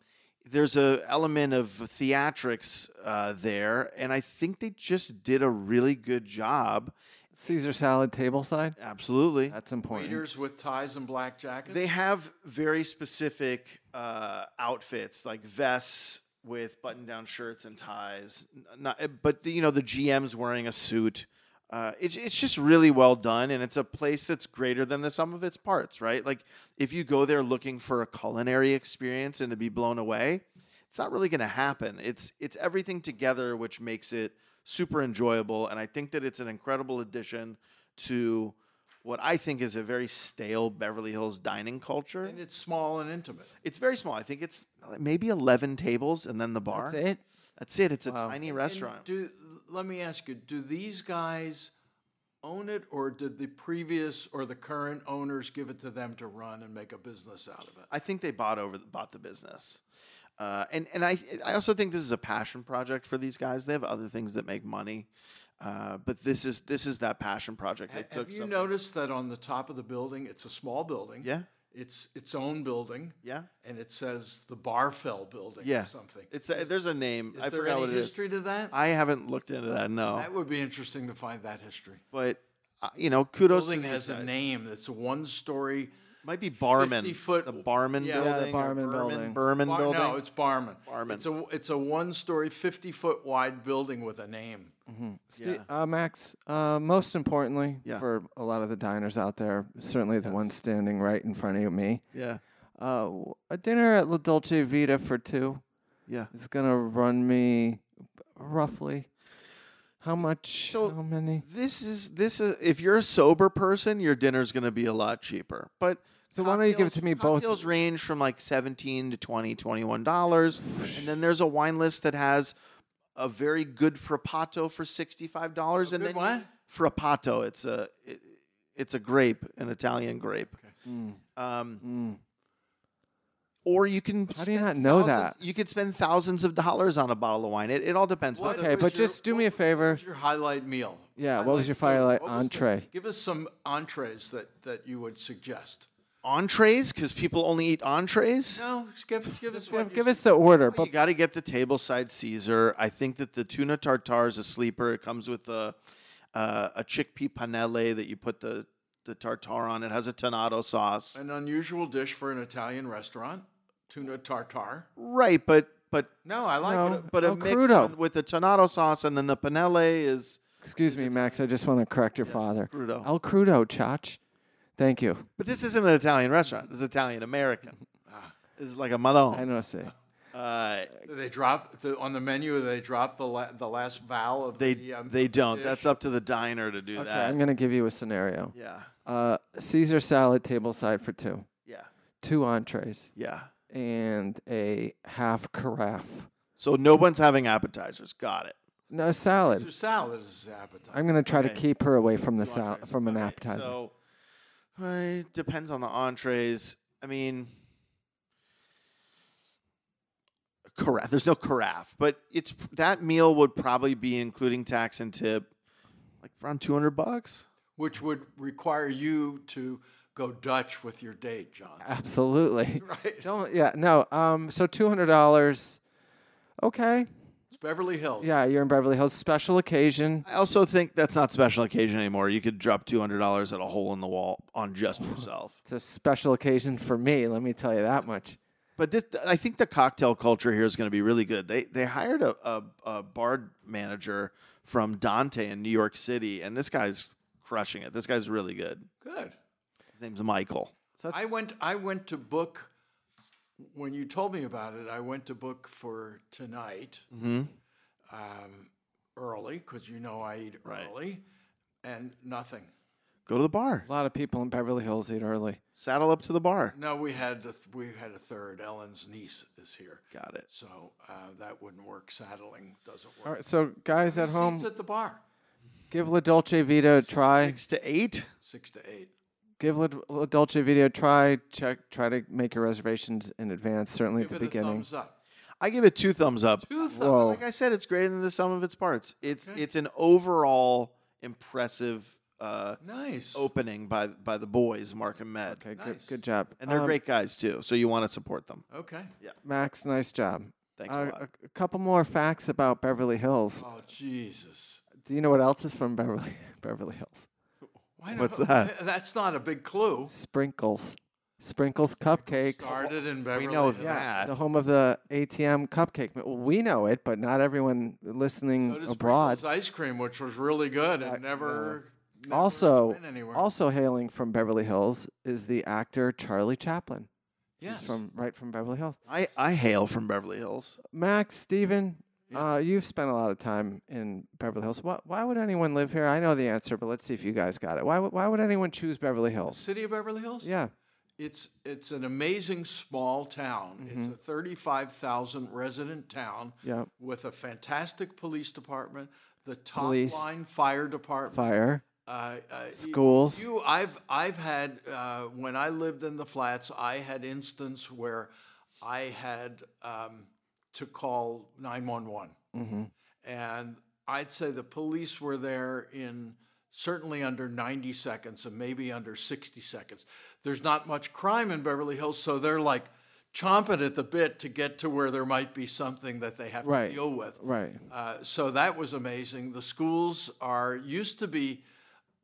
[SPEAKER 3] there's a element of theatrics uh, there, and I think they just did a really good job.
[SPEAKER 1] Caesar salad table side.
[SPEAKER 3] Absolutely.
[SPEAKER 1] That's important.
[SPEAKER 2] Waiters with ties and black jackets.
[SPEAKER 3] They have very specific uh, outfits, like vests with button-down shirts and ties. N- Not, eh, but the, you know, the GM's wearing a suit. Uh, it's it's just really well done, and it's a place that's greater than the sum of its parts, right? Like if you go there looking for a culinary experience and to be blown away, it's not really going to happen. It's it's everything together, which makes it super enjoyable, and I think that it's an incredible addition to what I think is a very stale Beverly Hills dining culture.
[SPEAKER 2] and it's small and intimate.
[SPEAKER 3] It's very small. I think it's maybe 11 tables and then the bar.
[SPEAKER 1] That's it.
[SPEAKER 3] That's it. It's a tiny restaurant.
[SPEAKER 2] Do let me ask you: Do these guys own it, or did the previous or the current owners give it to them to run and make a business out of it?
[SPEAKER 3] I think they bought over bought the business. Uh, and and I I also think this is a passion project for these guys. They have other things that make money, uh, but this is this is that passion project. They took
[SPEAKER 2] Have you
[SPEAKER 3] something-
[SPEAKER 2] noticed that on the top of the building, it's a small building.
[SPEAKER 3] Yeah.
[SPEAKER 2] It's its own building.
[SPEAKER 3] Yeah.
[SPEAKER 2] And it says the Barfell Building
[SPEAKER 3] yeah
[SPEAKER 2] or something.
[SPEAKER 3] It's a, there's a name.
[SPEAKER 2] is
[SPEAKER 3] I
[SPEAKER 2] there
[SPEAKER 3] forgot
[SPEAKER 2] any
[SPEAKER 3] what it is.
[SPEAKER 2] history to that?
[SPEAKER 3] I haven't looked into that. No,
[SPEAKER 2] that would be interesting to find that history.
[SPEAKER 3] but uh, you know, kudos.
[SPEAKER 2] building
[SPEAKER 3] to these
[SPEAKER 2] has a
[SPEAKER 3] guys.
[SPEAKER 2] name that's a one story.
[SPEAKER 3] Might be Barman.
[SPEAKER 2] 50 foot-
[SPEAKER 3] the Barman
[SPEAKER 2] Yeah, the
[SPEAKER 3] building. or
[SPEAKER 1] Barman
[SPEAKER 3] Berman-
[SPEAKER 1] building.
[SPEAKER 3] Berman
[SPEAKER 2] Bar-
[SPEAKER 3] building.
[SPEAKER 2] No, it's Barman.
[SPEAKER 3] Barman.
[SPEAKER 2] It's a it's a one story, fifty foute wide building with a name.
[SPEAKER 1] Ste- uh, Max, uh, most importantly
[SPEAKER 3] Yeah.
[SPEAKER 1] for a lot of the diners out there, certainly the one standing right in front of me,
[SPEAKER 3] yeah.
[SPEAKER 1] uh, w- a dinner at La Dolce Vita for two
[SPEAKER 3] Yeah.
[SPEAKER 1] is gonna run me roughly how much?
[SPEAKER 3] So-
[SPEAKER 1] how many?
[SPEAKER 3] This is this is if you're a sober person, your dinner's going to be a lot cheaper. But
[SPEAKER 1] So why don't you give it
[SPEAKER 3] cocktails-
[SPEAKER 1] to me both?
[SPEAKER 3] Cocktails range from like 17 to 20, 21 dollars. and then there's a wine list that has a very good frappato for $65 and
[SPEAKER 2] good
[SPEAKER 3] then
[SPEAKER 2] what?
[SPEAKER 3] frappato, it's a it, it's a grape, an Italian grape. Um Or you can
[SPEAKER 1] Mm. How do you
[SPEAKER 3] spend
[SPEAKER 1] not know
[SPEAKER 3] thousands-
[SPEAKER 1] that?
[SPEAKER 3] You could spend thousands of dollars on a bottle of wine. It, it all depends.
[SPEAKER 2] What-
[SPEAKER 3] But
[SPEAKER 1] Okay,
[SPEAKER 2] was
[SPEAKER 1] but
[SPEAKER 2] your-
[SPEAKER 1] just do me a favor.
[SPEAKER 2] What's your highlight meal?
[SPEAKER 1] Yeah, what was your
[SPEAKER 2] food?
[SPEAKER 1] firelight
[SPEAKER 2] What was the-
[SPEAKER 1] entree?
[SPEAKER 2] give us some entrees that, that you would suggest.
[SPEAKER 3] entrees because people only eat entrees.
[SPEAKER 2] No, just give, give us
[SPEAKER 1] Give-
[SPEAKER 2] one.
[SPEAKER 1] give us the order, but
[SPEAKER 3] You got to get the tableside Caesar. I think that the tuna tartare is a sleeper. It comes with a uh, a chickpea panelle that you put the the tartare on. It has a tonado sauce,
[SPEAKER 2] an unusual dish for an Italian restaurant, tuna tartare.
[SPEAKER 3] right? But but
[SPEAKER 2] No, I like
[SPEAKER 1] No.
[SPEAKER 2] it.
[SPEAKER 3] but
[SPEAKER 1] Oh,
[SPEAKER 3] a mix
[SPEAKER 1] crudo.
[SPEAKER 3] on- with the tonado sauce and then the panelle is.
[SPEAKER 1] excuse me, Max. I just want to correct your father.
[SPEAKER 3] crudo.
[SPEAKER 1] El crudo, chach. Thank you.
[SPEAKER 3] But this isn't an Italian restaurant. This is Italian American. This is like a madon.
[SPEAKER 1] Ah. I know. See,
[SPEAKER 3] Uh,
[SPEAKER 2] Do they drop the, on the menu. They drop the la, the last vowel of
[SPEAKER 3] they
[SPEAKER 2] the. Um,
[SPEAKER 3] they don't.
[SPEAKER 2] dish.
[SPEAKER 3] That's up to the diner to do
[SPEAKER 1] okay,
[SPEAKER 3] that.
[SPEAKER 1] I'm gonna give you a scenario.
[SPEAKER 3] yeah,
[SPEAKER 1] Uh, Caesar salad tableside for two,
[SPEAKER 3] yeah,
[SPEAKER 1] two entrees,
[SPEAKER 3] yeah.
[SPEAKER 1] and a half carafe.
[SPEAKER 3] So no one's having appetizers. Got it.
[SPEAKER 1] No
[SPEAKER 2] Your
[SPEAKER 1] salad.
[SPEAKER 2] salad is appetizing.
[SPEAKER 1] I'm gonna try to
[SPEAKER 3] Okay.
[SPEAKER 1] keep her away from the
[SPEAKER 3] Two
[SPEAKER 1] sal-
[SPEAKER 3] entrees.
[SPEAKER 1] from an
[SPEAKER 3] Okay,
[SPEAKER 1] appetizer.
[SPEAKER 3] So uh, it depends on the entrees. I mean, carafe. There's no carafe, but it's that meal would probably be including tax and tip, like around two hundred bucks.
[SPEAKER 2] which would require you to go Dutch with your date, John.
[SPEAKER 1] Absolutely.
[SPEAKER 2] Right?
[SPEAKER 1] Don't yeah, no. Um so two hundred dollars. Okay.
[SPEAKER 2] It's Beverly Hills.
[SPEAKER 1] Yeah, you're in Beverly Hills. Special occasion.
[SPEAKER 3] I also think that's not special occasion anymore. You could drop two hundred dollars at a hole in the wall on just yourself.
[SPEAKER 1] It's a special occasion for me, let me tell you that much.
[SPEAKER 3] But this, I think the cocktail culture here is going to be really good. They they hired a, a, a bar manager from Dante in New York City, and this guy's crushing it. This guy's really good.
[SPEAKER 2] Good.
[SPEAKER 3] His name's Michael.
[SPEAKER 1] So
[SPEAKER 2] I went I went to book when you told me about it, I went to book for tonight
[SPEAKER 3] Mm-hmm.
[SPEAKER 2] um, early because you know I eat
[SPEAKER 3] Right.
[SPEAKER 2] early and nothing.
[SPEAKER 3] Go to the bar.
[SPEAKER 1] a lot of people in Beverly Hills eat early.
[SPEAKER 3] Saddle up to the bar.
[SPEAKER 2] No, we had a th- we had a third. Ellen's niece is here,
[SPEAKER 3] Got it.
[SPEAKER 2] so uh, that wouldn't work. Saddling doesn't work.
[SPEAKER 1] All right, so guys at
[SPEAKER 2] Seats
[SPEAKER 1] home,
[SPEAKER 2] at the bar,
[SPEAKER 1] give La Dolce Vita a try.
[SPEAKER 3] Six to eight.
[SPEAKER 2] six to eight.
[SPEAKER 1] Give La, La Dolce Vita a try. Check. Try to make your reservations in advance. Certainly
[SPEAKER 2] Give
[SPEAKER 1] at
[SPEAKER 2] it
[SPEAKER 1] the
[SPEAKER 2] a
[SPEAKER 1] beginning.
[SPEAKER 2] thumbs up.
[SPEAKER 3] I give it two thumbs up.
[SPEAKER 2] Two thumbs.
[SPEAKER 1] Whoa.
[SPEAKER 3] Like I said, it's greater than the sum of its parts. It's it's an overall impressive uh,
[SPEAKER 2] Nice.
[SPEAKER 3] opening by by the boys, Mark and Med,
[SPEAKER 1] Okay, good,
[SPEAKER 2] Nice.
[SPEAKER 1] good job.
[SPEAKER 3] and they're
[SPEAKER 1] Um,
[SPEAKER 3] great guys too. So you want to support them.
[SPEAKER 2] Okay.
[SPEAKER 1] Max, nice job.
[SPEAKER 3] Thanks
[SPEAKER 1] Uh,
[SPEAKER 3] a lot.
[SPEAKER 1] a- a couple more facts about Beverly Hills.
[SPEAKER 2] Oh Jesus.
[SPEAKER 1] Do you know what else is from Beverly Beverly Hills?
[SPEAKER 2] Why
[SPEAKER 3] What's
[SPEAKER 2] don't-
[SPEAKER 3] that?
[SPEAKER 2] That's not a big clue.
[SPEAKER 1] Sprinkles, Sprinkles cupcakes.
[SPEAKER 2] Started in Beverly.
[SPEAKER 3] we know
[SPEAKER 2] Hills.
[SPEAKER 1] Yeah, the
[SPEAKER 3] that.
[SPEAKER 1] home of the ATM cupcake. ma- Well, we know it, but not everyone listening
[SPEAKER 2] So did
[SPEAKER 1] abroad.
[SPEAKER 2] Sprinkles ice cream, which was really good and never, never
[SPEAKER 1] Also,
[SPEAKER 2] went anywhere.
[SPEAKER 1] also hailing from Beverly Hills is the actor Charlie Chaplin.
[SPEAKER 2] yes.
[SPEAKER 1] He's from right from Beverly Hills.
[SPEAKER 3] I, I hail from Beverly Hills.
[SPEAKER 1] Max, Steven, uh, you've spent a lot of time in Beverly Hills. Why, why would anyone live here? I know the answer, but let's see if you guys got it. Why, would- why would anyone choose Beverly Hills?
[SPEAKER 2] City of Beverly Hills.
[SPEAKER 1] Yeah.
[SPEAKER 2] It's it's an amazing small town. It's a thirty-five thousand resident town.
[SPEAKER 1] Mm-hmm. Yeah.
[SPEAKER 2] With a fantastic police department, the top
[SPEAKER 1] Police.
[SPEAKER 2] line fire department,
[SPEAKER 1] Fire,
[SPEAKER 2] uh, uh, y-
[SPEAKER 1] schools.
[SPEAKER 2] You, I've, I've had uh, when I lived in the flats, I had instance where I had um, to call nine one one,
[SPEAKER 1] Mm-hmm.
[SPEAKER 2] and I'd say the police were there in certainly under ninety seconds and maybe under sixty seconds. There's not much crime in Beverly Hills, so they're like chomping at the bit to get to where there might be something that they have
[SPEAKER 1] Right.
[SPEAKER 2] to deal with.
[SPEAKER 1] Right.
[SPEAKER 2] Uh, so that was amazing. The schools are used to be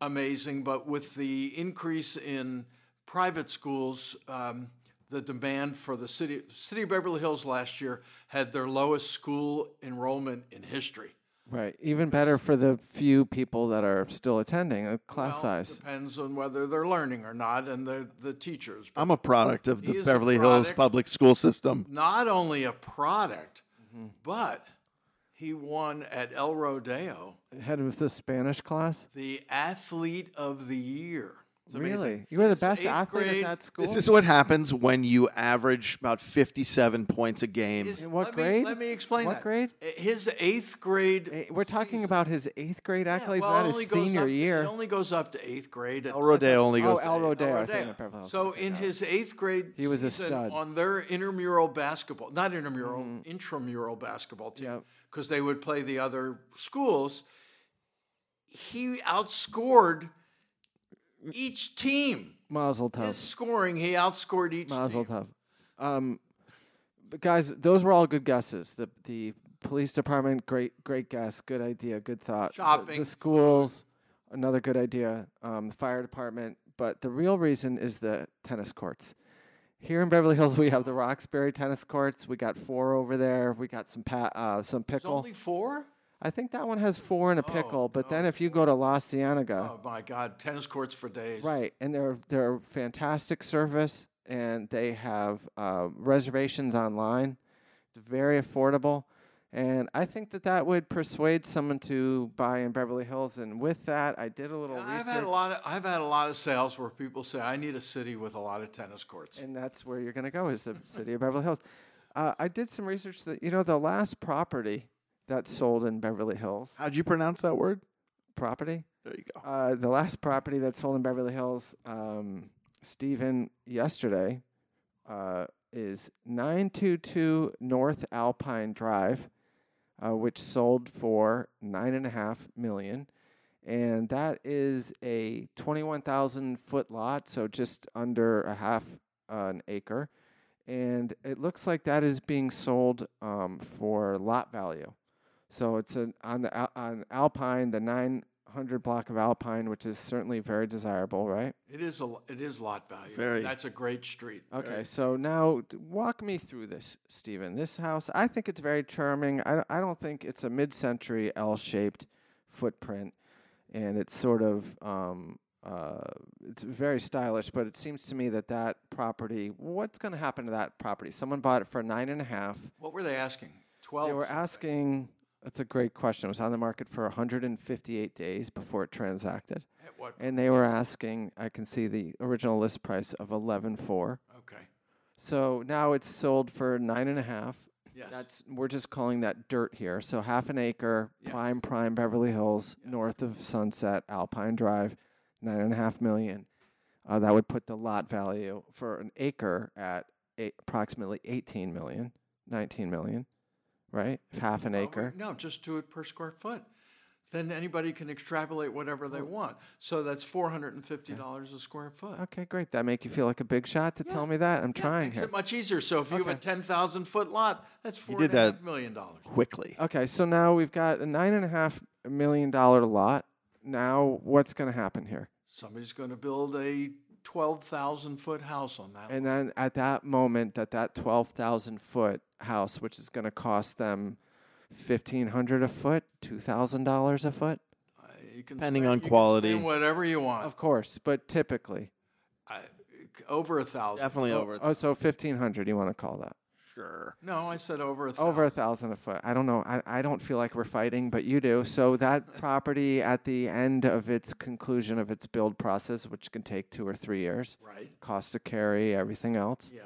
[SPEAKER 2] amazing, but with the increase in private schools, um, the demand for the city City of Beverly Hills last year had their lowest school enrollment in history.
[SPEAKER 1] Right. Even better for the few people that are still attending, uh, class size.
[SPEAKER 2] Depends on whether they're learning or not, and the the teachers.
[SPEAKER 3] I'm a product of
[SPEAKER 2] He
[SPEAKER 3] the
[SPEAKER 2] is a
[SPEAKER 3] Beverly Hills
[SPEAKER 2] product.
[SPEAKER 3] public school system.
[SPEAKER 2] Not only a product, but he won at El Rodeo
[SPEAKER 1] Head of the Spanish class.
[SPEAKER 2] the Athlete of the Year.
[SPEAKER 1] Really? You were the best
[SPEAKER 2] eighth
[SPEAKER 1] athlete at
[SPEAKER 2] grade.
[SPEAKER 1] that school?
[SPEAKER 3] This is what happens when you average about 57 points a game.
[SPEAKER 2] Is-
[SPEAKER 1] In what
[SPEAKER 2] let
[SPEAKER 1] grade?
[SPEAKER 2] Me, let me explain
[SPEAKER 1] What
[SPEAKER 2] that.
[SPEAKER 1] grade?
[SPEAKER 2] Uh, His eighth grade.
[SPEAKER 1] Eh, We're talking
[SPEAKER 2] season.
[SPEAKER 1] about his eighth grade
[SPEAKER 2] Yeah,
[SPEAKER 1] accolades.
[SPEAKER 2] well,
[SPEAKER 1] that
[SPEAKER 2] it
[SPEAKER 1] is
[SPEAKER 2] only goes up
[SPEAKER 1] senior
[SPEAKER 2] to-
[SPEAKER 1] year.
[SPEAKER 2] It only goes up to eighth grade. At
[SPEAKER 3] El Rodeo only goes
[SPEAKER 1] Oh,
[SPEAKER 3] to
[SPEAKER 1] El
[SPEAKER 3] eight.
[SPEAKER 1] Rodeo. I
[SPEAKER 2] Rodeo.
[SPEAKER 1] think at Beverly Hills.
[SPEAKER 2] So in his eighth grade,
[SPEAKER 1] He was a
[SPEAKER 2] season
[SPEAKER 1] stud. Mm-hmm.
[SPEAKER 2] on their intramural basketball, not intramural, intramural basketball team,
[SPEAKER 1] Yep.
[SPEAKER 2] because they would play the other schools. He outscored each team.
[SPEAKER 1] Mazel tov.
[SPEAKER 2] His scoring, he outscored each
[SPEAKER 1] Mazel
[SPEAKER 2] team.
[SPEAKER 1] tov. Um, but guys, those were all good guesses. The the police department, great great guess, good idea, good thought. The- The,
[SPEAKER 2] Shopping,
[SPEAKER 1] schools, another good idea. Um, the fire department, but the real reason is the tennis courts. Here in Beverly Hills, we have the Roxbury tennis courts. We got four over there. We got some pa- uh, some pickle.
[SPEAKER 2] Only four?
[SPEAKER 1] I think that one has four and a pickle. But then if you go to La Cienega,
[SPEAKER 2] Oh my God! Tennis courts for days.
[SPEAKER 1] Right, and they're they're fantastic service, and they have uh, reservations online. It's very affordable, and I think that that would persuade someone to buy in Beverly Hills. And with that, I did a little
[SPEAKER 2] I've
[SPEAKER 1] research,
[SPEAKER 2] had a lot of I've had a lot of sales where people say I need a city with a lot of tennis courts.
[SPEAKER 1] and that's where you're going to go is the city of Beverly Hills. Uh, I did some research that you know the last property that sold in Beverly Hills
[SPEAKER 3] How'd you pronounce that word?
[SPEAKER 1] property.
[SPEAKER 3] There you go.
[SPEAKER 1] Uh, the last property that sold in Beverly Hills, um, Stephen, yesterday, uh, is 922 North Alpine Drive, uh, which sold for nine and a half million. And that is a 21,000 foot lot, so just under a half uh, an acre. And it looks like that is being sold um, for lot value. So it's an, on the Al- on Alpine, the 900 block of Alpine, which is certainly very desirable, right?
[SPEAKER 2] It is a it is lot value.
[SPEAKER 3] Very.
[SPEAKER 2] That's a great street.
[SPEAKER 1] Okay, so now d- walk me through this, Stephen. This house, I think it's very charming. I, d- I don't think it's a mid century L shaped footprint, and it's sort of. Um, uh, it's very stylish, but it seems to me that that property. What's going to happen to that property? Someone bought it for nine and a half.
[SPEAKER 2] What were they asking? Twelve.
[SPEAKER 1] They were asking. That's a great question. It was on the market for 158 days before it transacted,
[SPEAKER 2] At what?
[SPEAKER 1] and they were asking. I can see the original list price of 11.4.
[SPEAKER 2] Okay.
[SPEAKER 1] So now it's sold for nine and a half.
[SPEAKER 2] Yes.
[SPEAKER 1] That's we're just calling that dirt here. So half an acre, prime, prime Beverly Hills, north of Sunset, Alpine Drive, nine and a half million. Uh, that would put the lot value for an acre at eight, approximately 18 million, 19 million, right? If half an
[SPEAKER 2] Oh, wait,
[SPEAKER 1] acre.
[SPEAKER 2] No, just do it per square foot. Then anybody can extrapolate whatever they want. So that's four hundred and fifty dollars a square foot.
[SPEAKER 1] Oh. Okay, great. That make you feel like a big shot to tell me that. I'm trying
[SPEAKER 2] Makes
[SPEAKER 1] here.
[SPEAKER 2] it much easier. So if you have a ten thousand foot lot, that's four
[SPEAKER 3] did
[SPEAKER 2] and a half
[SPEAKER 3] that-
[SPEAKER 2] million dollars.
[SPEAKER 3] quickly.
[SPEAKER 1] Okay, so now we've got a nine and a half million dollar lot. Now what's going to happen here?
[SPEAKER 2] Somebody's going to build a twelve thousand foot house on that.
[SPEAKER 1] And then at that moment, that that twelve thousand foot house, which is going to cost them fifteen hundred a foot, two thousand dollars a foot,
[SPEAKER 2] Uh, you can
[SPEAKER 3] Depending
[SPEAKER 2] spend-
[SPEAKER 3] on
[SPEAKER 2] you can
[SPEAKER 3] quality.
[SPEAKER 2] spend whatever you want.
[SPEAKER 1] of course, but typically,
[SPEAKER 2] I- over a thousand.
[SPEAKER 3] Definitely over.
[SPEAKER 1] oh, so fifteen hundred, you want to call that
[SPEAKER 3] Sure.
[SPEAKER 2] No, I said over a thousand.
[SPEAKER 1] over a thousand a foot? I don't know. I I don't feel like we're fighting, but you do. So that property at the end of its conclusion of its build process, which can take two or three years,
[SPEAKER 2] Right.
[SPEAKER 1] cost to carry, everything else.
[SPEAKER 2] Yeah.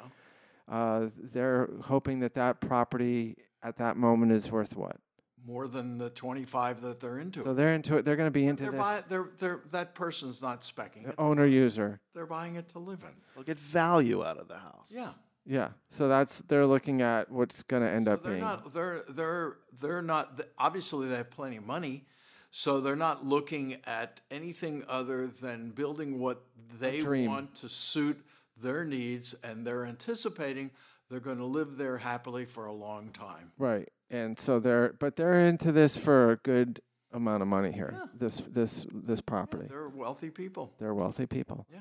[SPEAKER 1] Uh, they're hoping that that property at that moment is worth what?
[SPEAKER 2] More than the twenty-five that they're into.
[SPEAKER 1] So they're into it. They're going to be into
[SPEAKER 2] they're,
[SPEAKER 1] this
[SPEAKER 2] buy, they're, they're that person's not specking it.
[SPEAKER 1] owner user.
[SPEAKER 2] They're buying it to live in.
[SPEAKER 3] They'll get value out of the house.
[SPEAKER 2] Yeah.
[SPEAKER 1] Yeah. So that's they're looking at what's going to end
[SPEAKER 2] So
[SPEAKER 1] up
[SPEAKER 2] they're
[SPEAKER 1] being.
[SPEAKER 2] not. They're they're they're not. th- Obviously, they have plenty of money, so they're not looking at anything other than building what they
[SPEAKER 1] dream.
[SPEAKER 2] want to suit their needs, and they're anticipating they're going to live there happily for a long time.
[SPEAKER 1] right. And so they're but they're into this for a good amount of money here. This this this property. they're,
[SPEAKER 2] They're wealthy people.
[SPEAKER 1] wealthy people.
[SPEAKER 2] Yeah.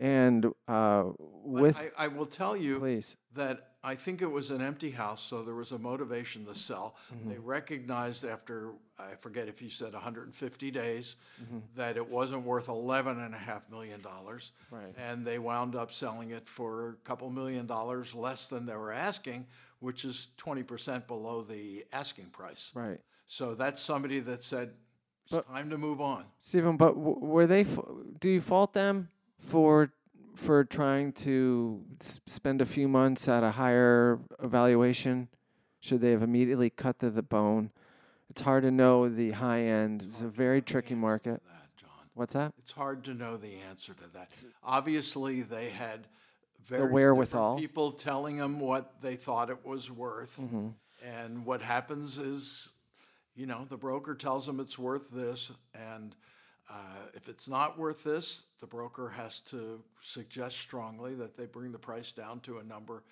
[SPEAKER 1] And uh,
[SPEAKER 2] But
[SPEAKER 1] with
[SPEAKER 2] I, I will tell you.
[SPEAKER 1] please.
[SPEAKER 2] that I think it was an empty house, so there was a motivation to sell.
[SPEAKER 1] Mm-hmm.
[SPEAKER 2] They recognized after, I forget if you said 150 days,
[SPEAKER 1] Mm-hmm.
[SPEAKER 2] that it wasn't worth $11.5 million.
[SPEAKER 1] Right.
[SPEAKER 2] And they wound up selling it for a couple million dollars less than they were asking, which is 20% below the asking price.
[SPEAKER 1] Right.
[SPEAKER 2] So that's somebody that said, it's time to move on.
[SPEAKER 1] Stephen, but w- were they? F- do you fault them for for trying to s- spend a few months at a higher evaluation? Should they have immediately cut to the bone? It's hard to know the high end. It's a very tricky market.
[SPEAKER 2] That, John.
[SPEAKER 1] What's that?
[SPEAKER 2] It's hard to know the answer to that. Obviously, they had very
[SPEAKER 1] wherewithal.
[SPEAKER 2] people telling them what they thought it was worth,
[SPEAKER 1] Mm-hmm.
[SPEAKER 2] and what happens is, you know, the broker tells them it's worth this, and uh, if it's not worth this, the broker has to suggest strongly that they bring the price down to a number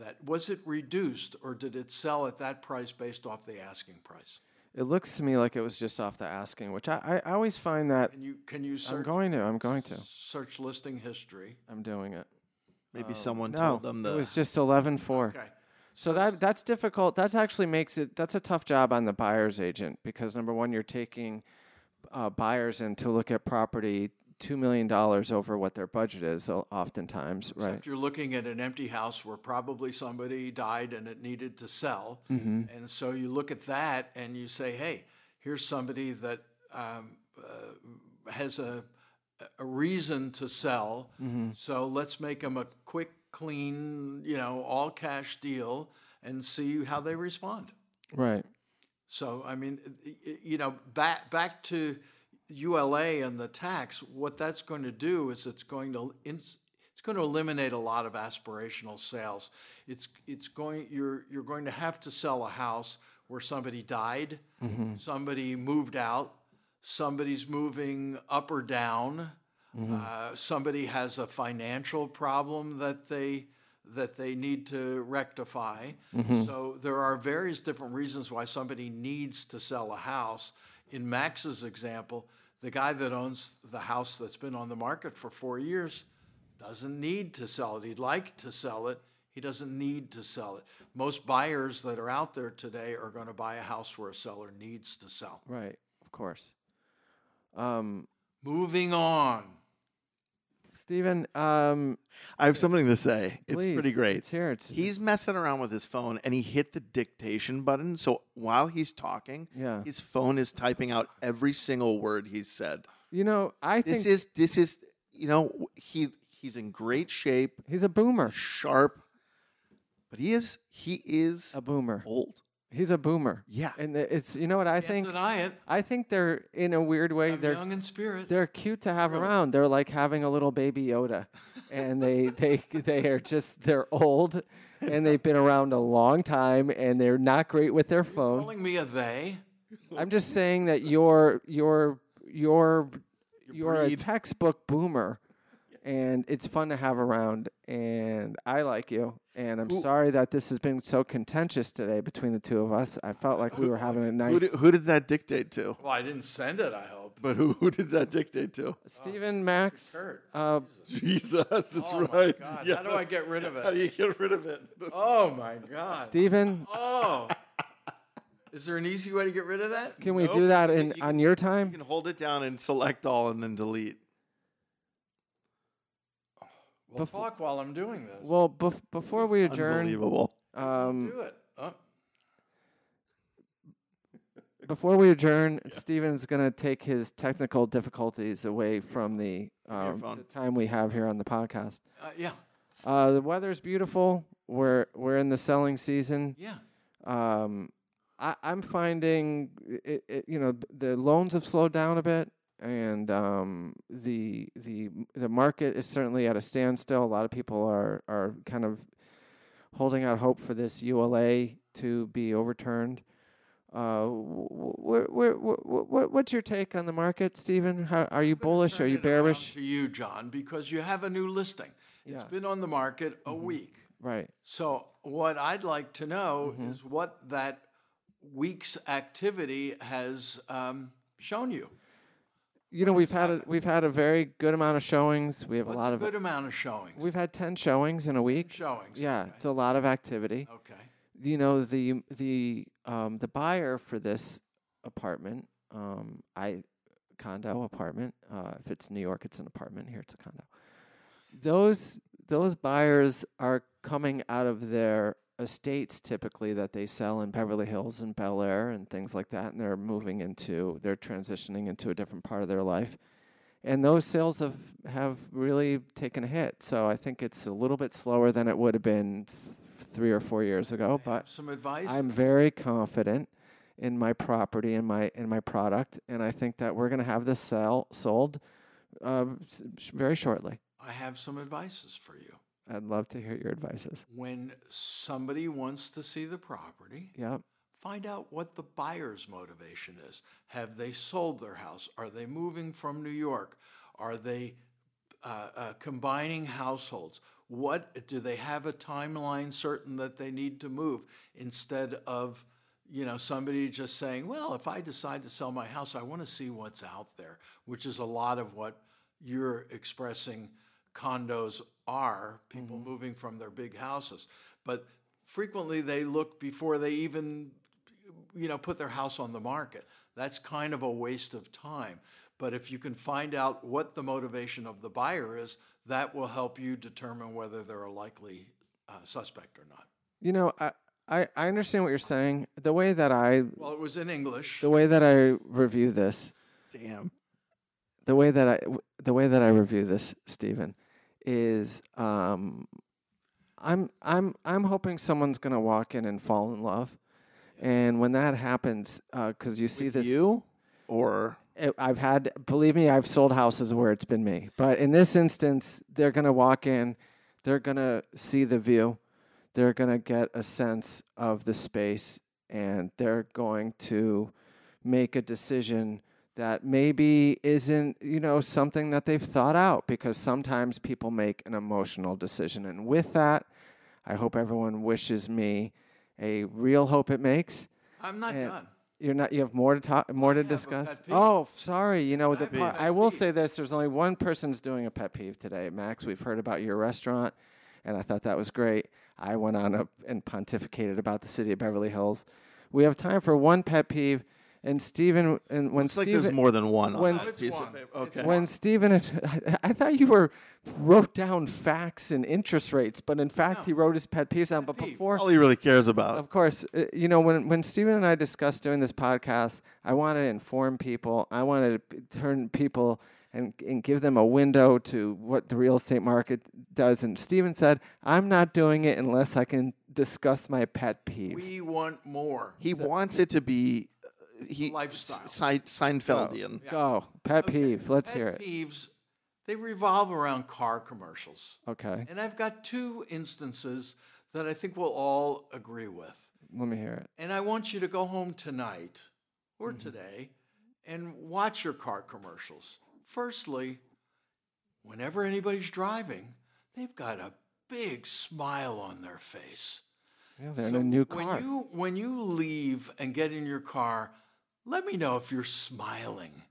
[SPEAKER 2] that was it reduced or did it sell at that price based off the asking price?
[SPEAKER 1] It looks to me like it was just off the asking, which I, I, I always find that
[SPEAKER 2] Can you can you
[SPEAKER 1] I'm
[SPEAKER 2] search
[SPEAKER 1] going to. I'm going to.
[SPEAKER 2] search listing history?
[SPEAKER 1] I'm doing it.
[SPEAKER 3] Maybe someone
[SPEAKER 1] Oh, No,
[SPEAKER 3] told them
[SPEAKER 1] it
[SPEAKER 3] the
[SPEAKER 1] was just eleven four.
[SPEAKER 2] Okay.
[SPEAKER 1] So that that's difficult. That actually makes it that's a tough job on the buyer's agent because number one, you're taking uh, buyers in to look at property two million dollars over what their budget is, o- oftentimes, right?
[SPEAKER 2] If you're looking at an empty house where probably somebody died and it needed to sell, and so you look at that and you say, "Hey, here's somebody that um, uh, has a a reason to sell, so let's make them a quick, clean, you know, all cash deal and see how they respond."
[SPEAKER 1] Right.
[SPEAKER 2] So I mean, y- y- you know, back back to ULA and the tax. What that's going to do is it's going to ins- It's going to eliminate a lot of aspirational sales. It's it's going you're you're going to have to sell a house where somebody died, somebody moved out, somebody's moving up or down,
[SPEAKER 1] Mm-hmm.
[SPEAKER 2] uh, somebody has a financial problem that they that they need to rectify.
[SPEAKER 1] Mm-hmm.
[SPEAKER 2] So there are various different reasons why somebody needs to sell a house. In Max's example, the guy that owns the house that's been on the market for four years doesn't need to sell it. He'd like to sell it. He doesn't need to sell it. Most buyers that are out there today are going to buy a house where a seller needs to sell.
[SPEAKER 1] Right. Of course. Um,
[SPEAKER 2] Moving on.
[SPEAKER 1] Stephen, um,
[SPEAKER 3] I have something to say. it's pretty
[SPEAKER 1] please,
[SPEAKER 3] great.
[SPEAKER 1] It's here. It's,
[SPEAKER 3] He's messing around with his phone and he hit the dictation button. So while he's talking,
[SPEAKER 1] Yeah.
[SPEAKER 3] his phone is typing out every single word he's said.
[SPEAKER 1] you know, I
[SPEAKER 3] This
[SPEAKER 1] think
[SPEAKER 3] is this is you know he he's in great shape,
[SPEAKER 1] he's a boomer.
[SPEAKER 3] sharp, but he is he is
[SPEAKER 1] A boomer.
[SPEAKER 3] old.
[SPEAKER 1] He's a boomer.
[SPEAKER 3] Yeah,
[SPEAKER 1] And the- it's you know what I
[SPEAKER 2] Can't
[SPEAKER 1] think.
[SPEAKER 2] deny it.
[SPEAKER 1] I think they're in a weird way.
[SPEAKER 2] I'm
[SPEAKER 1] they're
[SPEAKER 2] young in spirit.
[SPEAKER 1] they're cute to have around. They're like having a little baby Yoda, and they they they are just they're old, and they've been around a long time, and they're not great with their phone.
[SPEAKER 2] Calling me a they.
[SPEAKER 1] I'm just saying that you're you're you're you're a
[SPEAKER 3] breed.
[SPEAKER 1] textbook boomer, and it's fun to have around, and I like you. And I'm sorry that this has been so contentious today between the two of us. I felt like we were having a
[SPEAKER 3] who
[SPEAKER 1] nice.
[SPEAKER 3] did, who did that dictate to?
[SPEAKER 2] Well, I didn't send it. I hope.
[SPEAKER 3] But who, who did that dictate to?
[SPEAKER 1] Stephen Max,
[SPEAKER 2] Kurt.
[SPEAKER 1] uh,
[SPEAKER 3] Jesus, that's
[SPEAKER 2] Oh my
[SPEAKER 3] right.
[SPEAKER 2] God!
[SPEAKER 3] Yeah,
[SPEAKER 2] How do I
[SPEAKER 3] that's-
[SPEAKER 2] get rid of
[SPEAKER 3] How do
[SPEAKER 2] it?
[SPEAKER 3] you get rid of it?
[SPEAKER 2] Oh my God!
[SPEAKER 1] Stephen,
[SPEAKER 2] Oh. Is there an easy way to get rid of that?
[SPEAKER 1] can we do
[SPEAKER 3] Nope.
[SPEAKER 1] that
[SPEAKER 3] You
[SPEAKER 1] in
[SPEAKER 3] can-
[SPEAKER 1] on your
[SPEAKER 3] You
[SPEAKER 1] time?
[SPEAKER 3] can hold it down and select all and then delete.
[SPEAKER 2] Well,
[SPEAKER 1] Befo-
[SPEAKER 2] talk while I'm doing this.
[SPEAKER 1] Well, bef- before we adjourn,
[SPEAKER 3] Unbelievable.
[SPEAKER 1] um,
[SPEAKER 2] do it. Oh,
[SPEAKER 1] before we adjourn, Steven's going to take his technical difficulties away from the, um,
[SPEAKER 3] phone.
[SPEAKER 1] the time we have here on the podcast.
[SPEAKER 2] uh, yeah,
[SPEAKER 1] Uh, the weather's beautiful. We're we're in the selling season.
[SPEAKER 2] yeah.
[SPEAKER 1] Um, I, I'm finding it, it, you know b- the loans have slowed down a bit, and um, the the the market is certainly at a standstill. A lot of people are are kind of holding out hope for this ULA to be overturned. Uh, wh- wh- wh- wh- wh- wh- what's your take on the market, Stephen? How, are you bullish? Are
[SPEAKER 2] Turn
[SPEAKER 1] you
[SPEAKER 2] it around
[SPEAKER 1] bearish?
[SPEAKER 2] To you, John, because you have a new listing.
[SPEAKER 1] Yeah.
[SPEAKER 2] It's been on the market a week.
[SPEAKER 1] Right.
[SPEAKER 2] So what I'd like to know is what that week's activity has um, shown you.
[SPEAKER 1] You know we've had a, we've had a very good amount of showings. We have
[SPEAKER 2] What's
[SPEAKER 1] a lot
[SPEAKER 2] a
[SPEAKER 1] of
[SPEAKER 2] good amount of showings?
[SPEAKER 1] We've had ten showings in a week.
[SPEAKER 2] showings.
[SPEAKER 1] Yeah, it's a lot of activity.
[SPEAKER 2] Okay.
[SPEAKER 1] You know the the um, the buyer for this apartment, um, I condo apartment. Uh, if it's New York, it's an apartment. Here, it's a condo. Those those buyers are coming out of their estates typically that they sell in Beverly Hills and Bel Air and things like that, and they're moving into they're transitioning into a different part of their life and those sales have have really taken a hit. So I think it's a little bit slower than it would have been th- three or four years ago. Oh, But
[SPEAKER 2] Some advice.
[SPEAKER 1] I'm very confident in my property and my in my product, and I think that we're going to have this sell sold uh, s- sh- very shortly.
[SPEAKER 2] I have some advices for you.
[SPEAKER 1] I'd love to hear your advices.
[SPEAKER 2] When somebody wants to see the property,
[SPEAKER 1] Yep.
[SPEAKER 2] Find out what the buyer's motivation is. Have they sold their house? Are they moving from New York? Are they uh, uh, combining households? What do they have a timeline certain that they need to move instead of you know somebody just saying, "Well, if I decide to sell my house, I want to see what's out there," which is a lot of what you're expressing condos are people moving from their big houses but frequently they look before they even you know put their house on the market that's kind of a waste of time but if you can find out what the motivation of the buyer is that will help you determine whether they're a likely uh, suspect or not
[SPEAKER 1] You know, I, I I understand what you're saying. The way that I
[SPEAKER 2] well it was in english
[SPEAKER 1] the way that I review this
[SPEAKER 3] Damn.
[SPEAKER 1] the way that I w- the way that I review this, Stephen, is um, I'm I'm I'm hoping someone's gonna walk in and fall in love, and when that happens, because you see
[SPEAKER 3] With
[SPEAKER 1] this,
[SPEAKER 3] you? or
[SPEAKER 1] it- I've had, believe me, I've sold houses where it's been me. But in this instance, they're going to walk in, they're going to see the view, they're going to get a sense of the space, and they're going to make a decision that maybe isn't, you know, something that they've thought out because sometimes people make an emotional decision. And with that, I hope everyone wishes me a real hope it makes.
[SPEAKER 2] I'm not
[SPEAKER 1] And-
[SPEAKER 2] done.
[SPEAKER 1] You're not. You have more to talk, more to
[SPEAKER 2] have a
[SPEAKER 1] discuss.
[SPEAKER 2] pet peeve.
[SPEAKER 1] Oh, sorry. You know, the
[SPEAKER 2] have a
[SPEAKER 1] part,
[SPEAKER 2] pet
[SPEAKER 1] I will
[SPEAKER 2] peeve.
[SPEAKER 1] say this: there's only one person's doing a pet peeve today, Max. We've heard about your restaurant, and I thought that was great. I went on up and pontificated about the city of Beverly Hills. We have time for one pet peeve, and Stephen. And when
[SPEAKER 3] it's like there's
[SPEAKER 1] Stephen-
[SPEAKER 3] more than one on
[SPEAKER 1] when
[SPEAKER 3] that
[SPEAKER 1] It's
[SPEAKER 3] piece of
[SPEAKER 2] one.
[SPEAKER 3] paper.
[SPEAKER 2] It's
[SPEAKER 3] Okay.
[SPEAKER 1] when Stephen, and- I thought you were wrote down facts and interest rates, but in fact he wrote his pet peeves down. But
[SPEAKER 2] peeve.
[SPEAKER 1] before
[SPEAKER 3] all he really cares about.
[SPEAKER 1] of course, uh, you know when when Stephen and I discussed doing this podcast, I wanted to inform people. I wanted to p- turn people and and give them a window to what the real estate market does. And Stephen said, "I'm not doing it unless I can discuss my pet peeves."
[SPEAKER 2] We want more.
[SPEAKER 3] He wants it to be uh, he
[SPEAKER 2] Lifestyle.
[SPEAKER 3] Se- Seinfeldian.
[SPEAKER 1] Go pet peeve. Let's hear
[SPEAKER 2] Pet
[SPEAKER 1] it.
[SPEAKER 2] peeves, they revolve around car commercials.
[SPEAKER 1] Okay,
[SPEAKER 2] And I've got two instances that I think we'll all agree with.
[SPEAKER 1] let me hear it.
[SPEAKER 2] And I want you to go home tonight or
[SPEAKER 1] Mm-hmm.
[SPEAKER 2] today and watch your car commercials. Firstly, whenever anybody's driving, they've got a big smile on their face.
[SPEAKER 1] Yeah, they're in a new car.
[SPEAKER 2] When you when you leave and get in your car, let me know if you're smiling.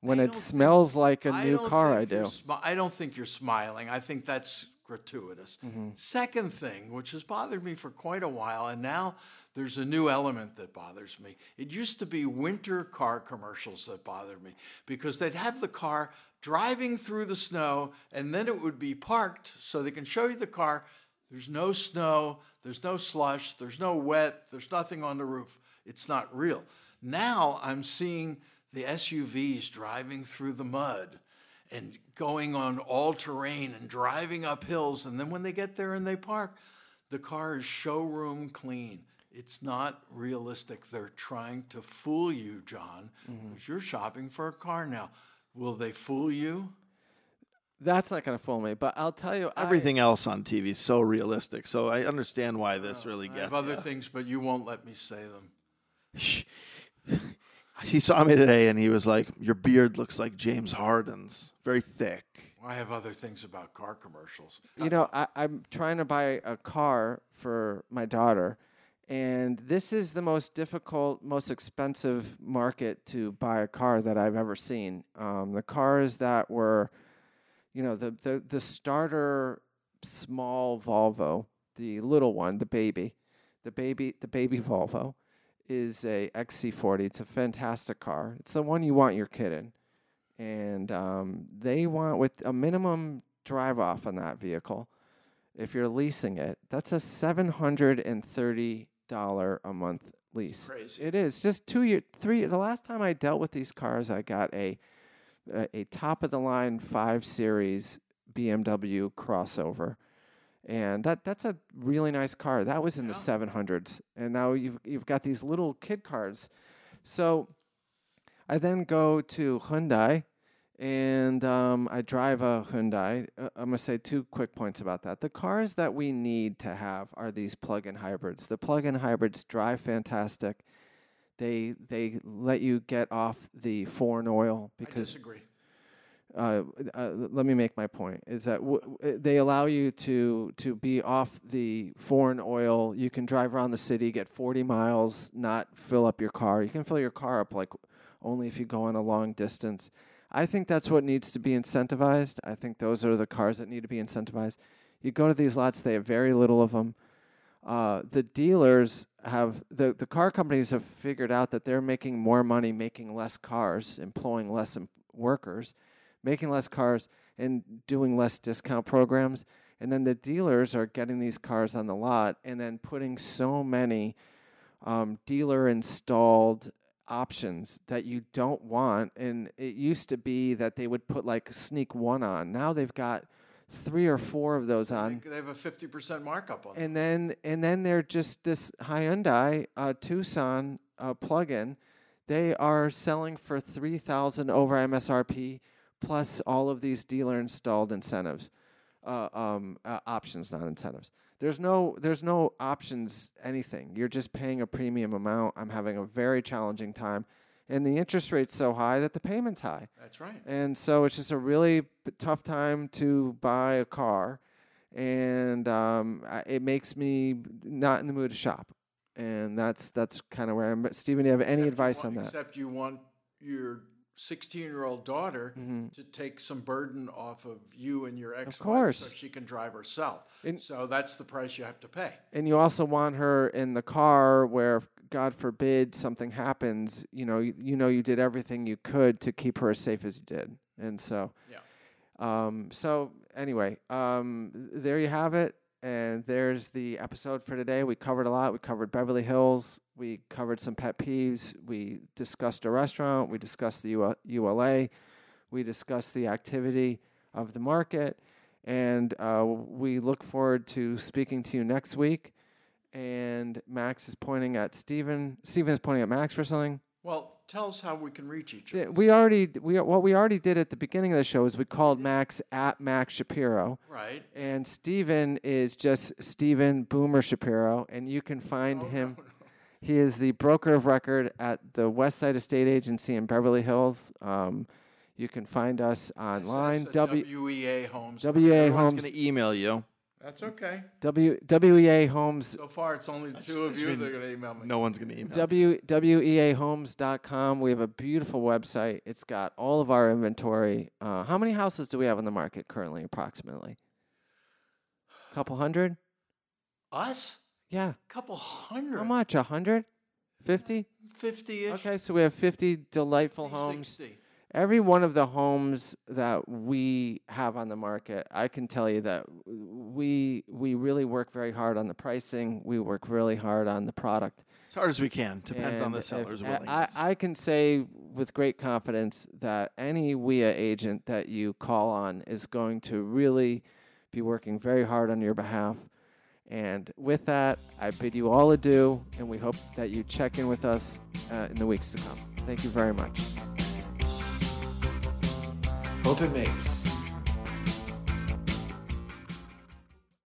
[SPEAKER 1] When
[SPEAKER 2] I
[SPEAKER 1] it
[SPEAKER 2] don't think-
[SPEAKER 1] smells like a new
[SPEAKER 2] don't
[SPEAKER 1] car, I
[SPEAKER 2] think you're
[SPEAKER 1] do.
[SPEAKER 2] smi- I don't think you're smiling. I think that's gratuitous. Second thing, which has bothered me for quite a while, and now there's a new element that bothers me. It used to be winter car commercials that bothered me because they'd have the car driving through the snow and then it would be parked so they can show you the car. There's no snow, there's no slush, there's no wet, there's nothing on the roof. It's not real. Now I'm seeing the SUVs driving through the mud and going on all terrain and driving up hills. And then when they get there and they park, the car is showroom clean. It's not realistic. They're trying to fool you, John, because
[SPEAKER 1] Mm-hmm.
[SPEAKER 2] you're shopping for a car now. Will they fool you?
[SPEAKER 1] That's not gonna fool me, but I'll tell you I- Oh,
[SPEAKER 3] Everything else on TV is so realistic. So I understand why this really
[SPEAKER 2] I
[SPEAKER 3] gets.
[SPEAKER 2] have other things, but you won't let me say them.
[SPEAKER 3] He saw me today and he was like, "Your beard looks like James Harden's, very thick."
[SPEAKER 2] I have other things about car commercials.
[SPEAKER 1] you know, I, I'm trying to buy a car for my daughter, and this is the most difficult, most expensive market to buy a car that I've ever seen. Um, the cars that were, you know, the the the starter small Volvo, the little one, the baby, the baby, the baby Volvo, is a XC40. It's a fantastic car. It's the one you want your kid in and um, they want with a minimum drive off on that vehicle if you're leasing it that's a $730 a month lease
[SPEAKER 2] Crazy.
[SPEAKER 1] it is just two year three the last time i dealt with these cars i got a a, a top of the line 5 series bmw crossover and that that's a really nice car that was in the 700s and now you've you've got these little kid cars so I then go to Hyundai, and um, I drive a Hyundai. Uh, I'm gonna say two quick points about that. The cars that we need to have are these plug-in hybrids. The plug-in hybrids drive fantastic. They they let you get off the foreign oil
[SPEAKER 2] I
[SPEAKER 1] because
[SPEAKER 2] disagree.
[SPEAKER 1] uh, uh, let me make my point is that w- w- they allow you to to be off the foreign oil you can drive around the city get 40 miles not fill up your car you can fill your car up like only if you go on a long distance i think that's what needs to be incentivized i think those are the cars that need to be incentivized you go to these lots they have very little of them uh, the dealers have the, the car companies have figured out that they're making more money making less cars employing less em- workers making less cars and doing less discount programs and then the dealers are getting these cars on the lot and then putting so many um, dealer installed options that you don't want. And it used to be that they would put like sneak one on. Now they've got three or four of those
[SPEAKER 2] I
[SPEAKER 1] on.
[SPEAKER 2] think They have a 50% markup on them.
[SPEAKER 1] And then and then they're just this Hyundai uh, Tucson uh, plug-in They are selling for 3000 over MSRP plus all of these dealer installed incentives. Uh, um, uh, options, not incentives. There's no there's no options anything. You're just paying a premium amount. I'm having a very challenging time and the interest rate's so high that the payment's high.
[SPEAKER 2] That's right.
[SPEAKER 1] And so it's just a really p- tough time to buy a car. And um, I- it makes me not in the mood to shop. And that's that's kind of where I'm. But Steven, do you have any advice on that?
[SPEAKER 2] Except you want your 16 year old daughter
[SPEAKER 1] Mm-hmm.
[SPEAKER 2] to take some burden off of you and your ex wife so
[SPEAKER 1] course.
[SPEAKER 2] she can drive herself.
[SPEAKER 1] And-
[SPEAKER 2] so that's the price you have to pay.
[SPEAKER 1] And you also want her in the car where, God forbid, something happens. You know, you, you know, you did everything you could to keep her as safe as you did. And so,
[SPEAKER 2] Yeah.
[SPEAKER 1] Um, so anyway, um, th- there you have it. And there's the episode for today. We covered a lot. We covered Beverly Hills. We covered some pet peeves. We discussed a restaurant. We discussed the UL- ULA. We discussed the activity of the market. And uh, we look forward to speaking to you next week. And Max is pointing at Steven. Steven is pointing at Max for something.
[SPEAKER 2] Well, tell us how we can reach each
[SPEAKER 1] Th-
[SPEAKER 2] other.
[SPEAKER 1] we already d- we what we already did at the beginning of the show is we called Max at Max Shapiro.
[SPEAKER 2] Right.
[SPEAKER 1] And Steven is just Steven Boomer Shapiro, and you can find
[SPEAKER 2] Oh.
[SPEAKER 1] him. He is the broker of record at the West Side Estate Agency in Beverly Hills. Um, you can find us online.
[SPEAKER 2] That's at
[SPEAKER 1] W E
[SPEAKER 2] WEA E Homes.
[SPEAKER 1] WEA
[SPEAKER 3] Everyone's
[SPEAKER 1] Homes
[SPEAKER 3] gonna email you.
[SPEAKER 2] That's okay.
[SPEAKER 1] W WEA Homes
[SPEAKER 2] So far, it's only the two of you that are going to email me.
[SPEAKER 3] No one's gonna email.
[SPEAKER 1] W E WEAHomes.com. We have a beautiful website. It's got all of our inventory. Uh, how many houses do we have on the market currently, approximately? A couple hundred?
[SPEAKER 2] Us?
[SPEAKER 1] Yeah.
[SPEAKER 2] couple hundred.
[SPEAKER 1] How much? A hundred? Fifty?
[SPEAKER 2] 50 ish.
[SPEAKER 1] Okay, so we have 50 delightful homes. Every one of the homes that we have on the market, I can tell you that w- we we really work very hard on the pricing. We work really hard on the product.
[SPEAKER 3] As hard as we can. Depends on
[SPEAKER 1] And
[SPEAKER 3] the
[SPEAKER 1] if- uh,
[SPEAKER 3] seller's
[SPEAKER 1] I-
[SPEAKER 3] willingness.
[SPEAKER 1] I, I can say with great confidence that any WIA agent that you call on is going to really be working very hard on your behalf. And with that, I bid you all adieu, and we hope that you check in with us uh, in the weeks to come. Thank you very much. Hope it makes.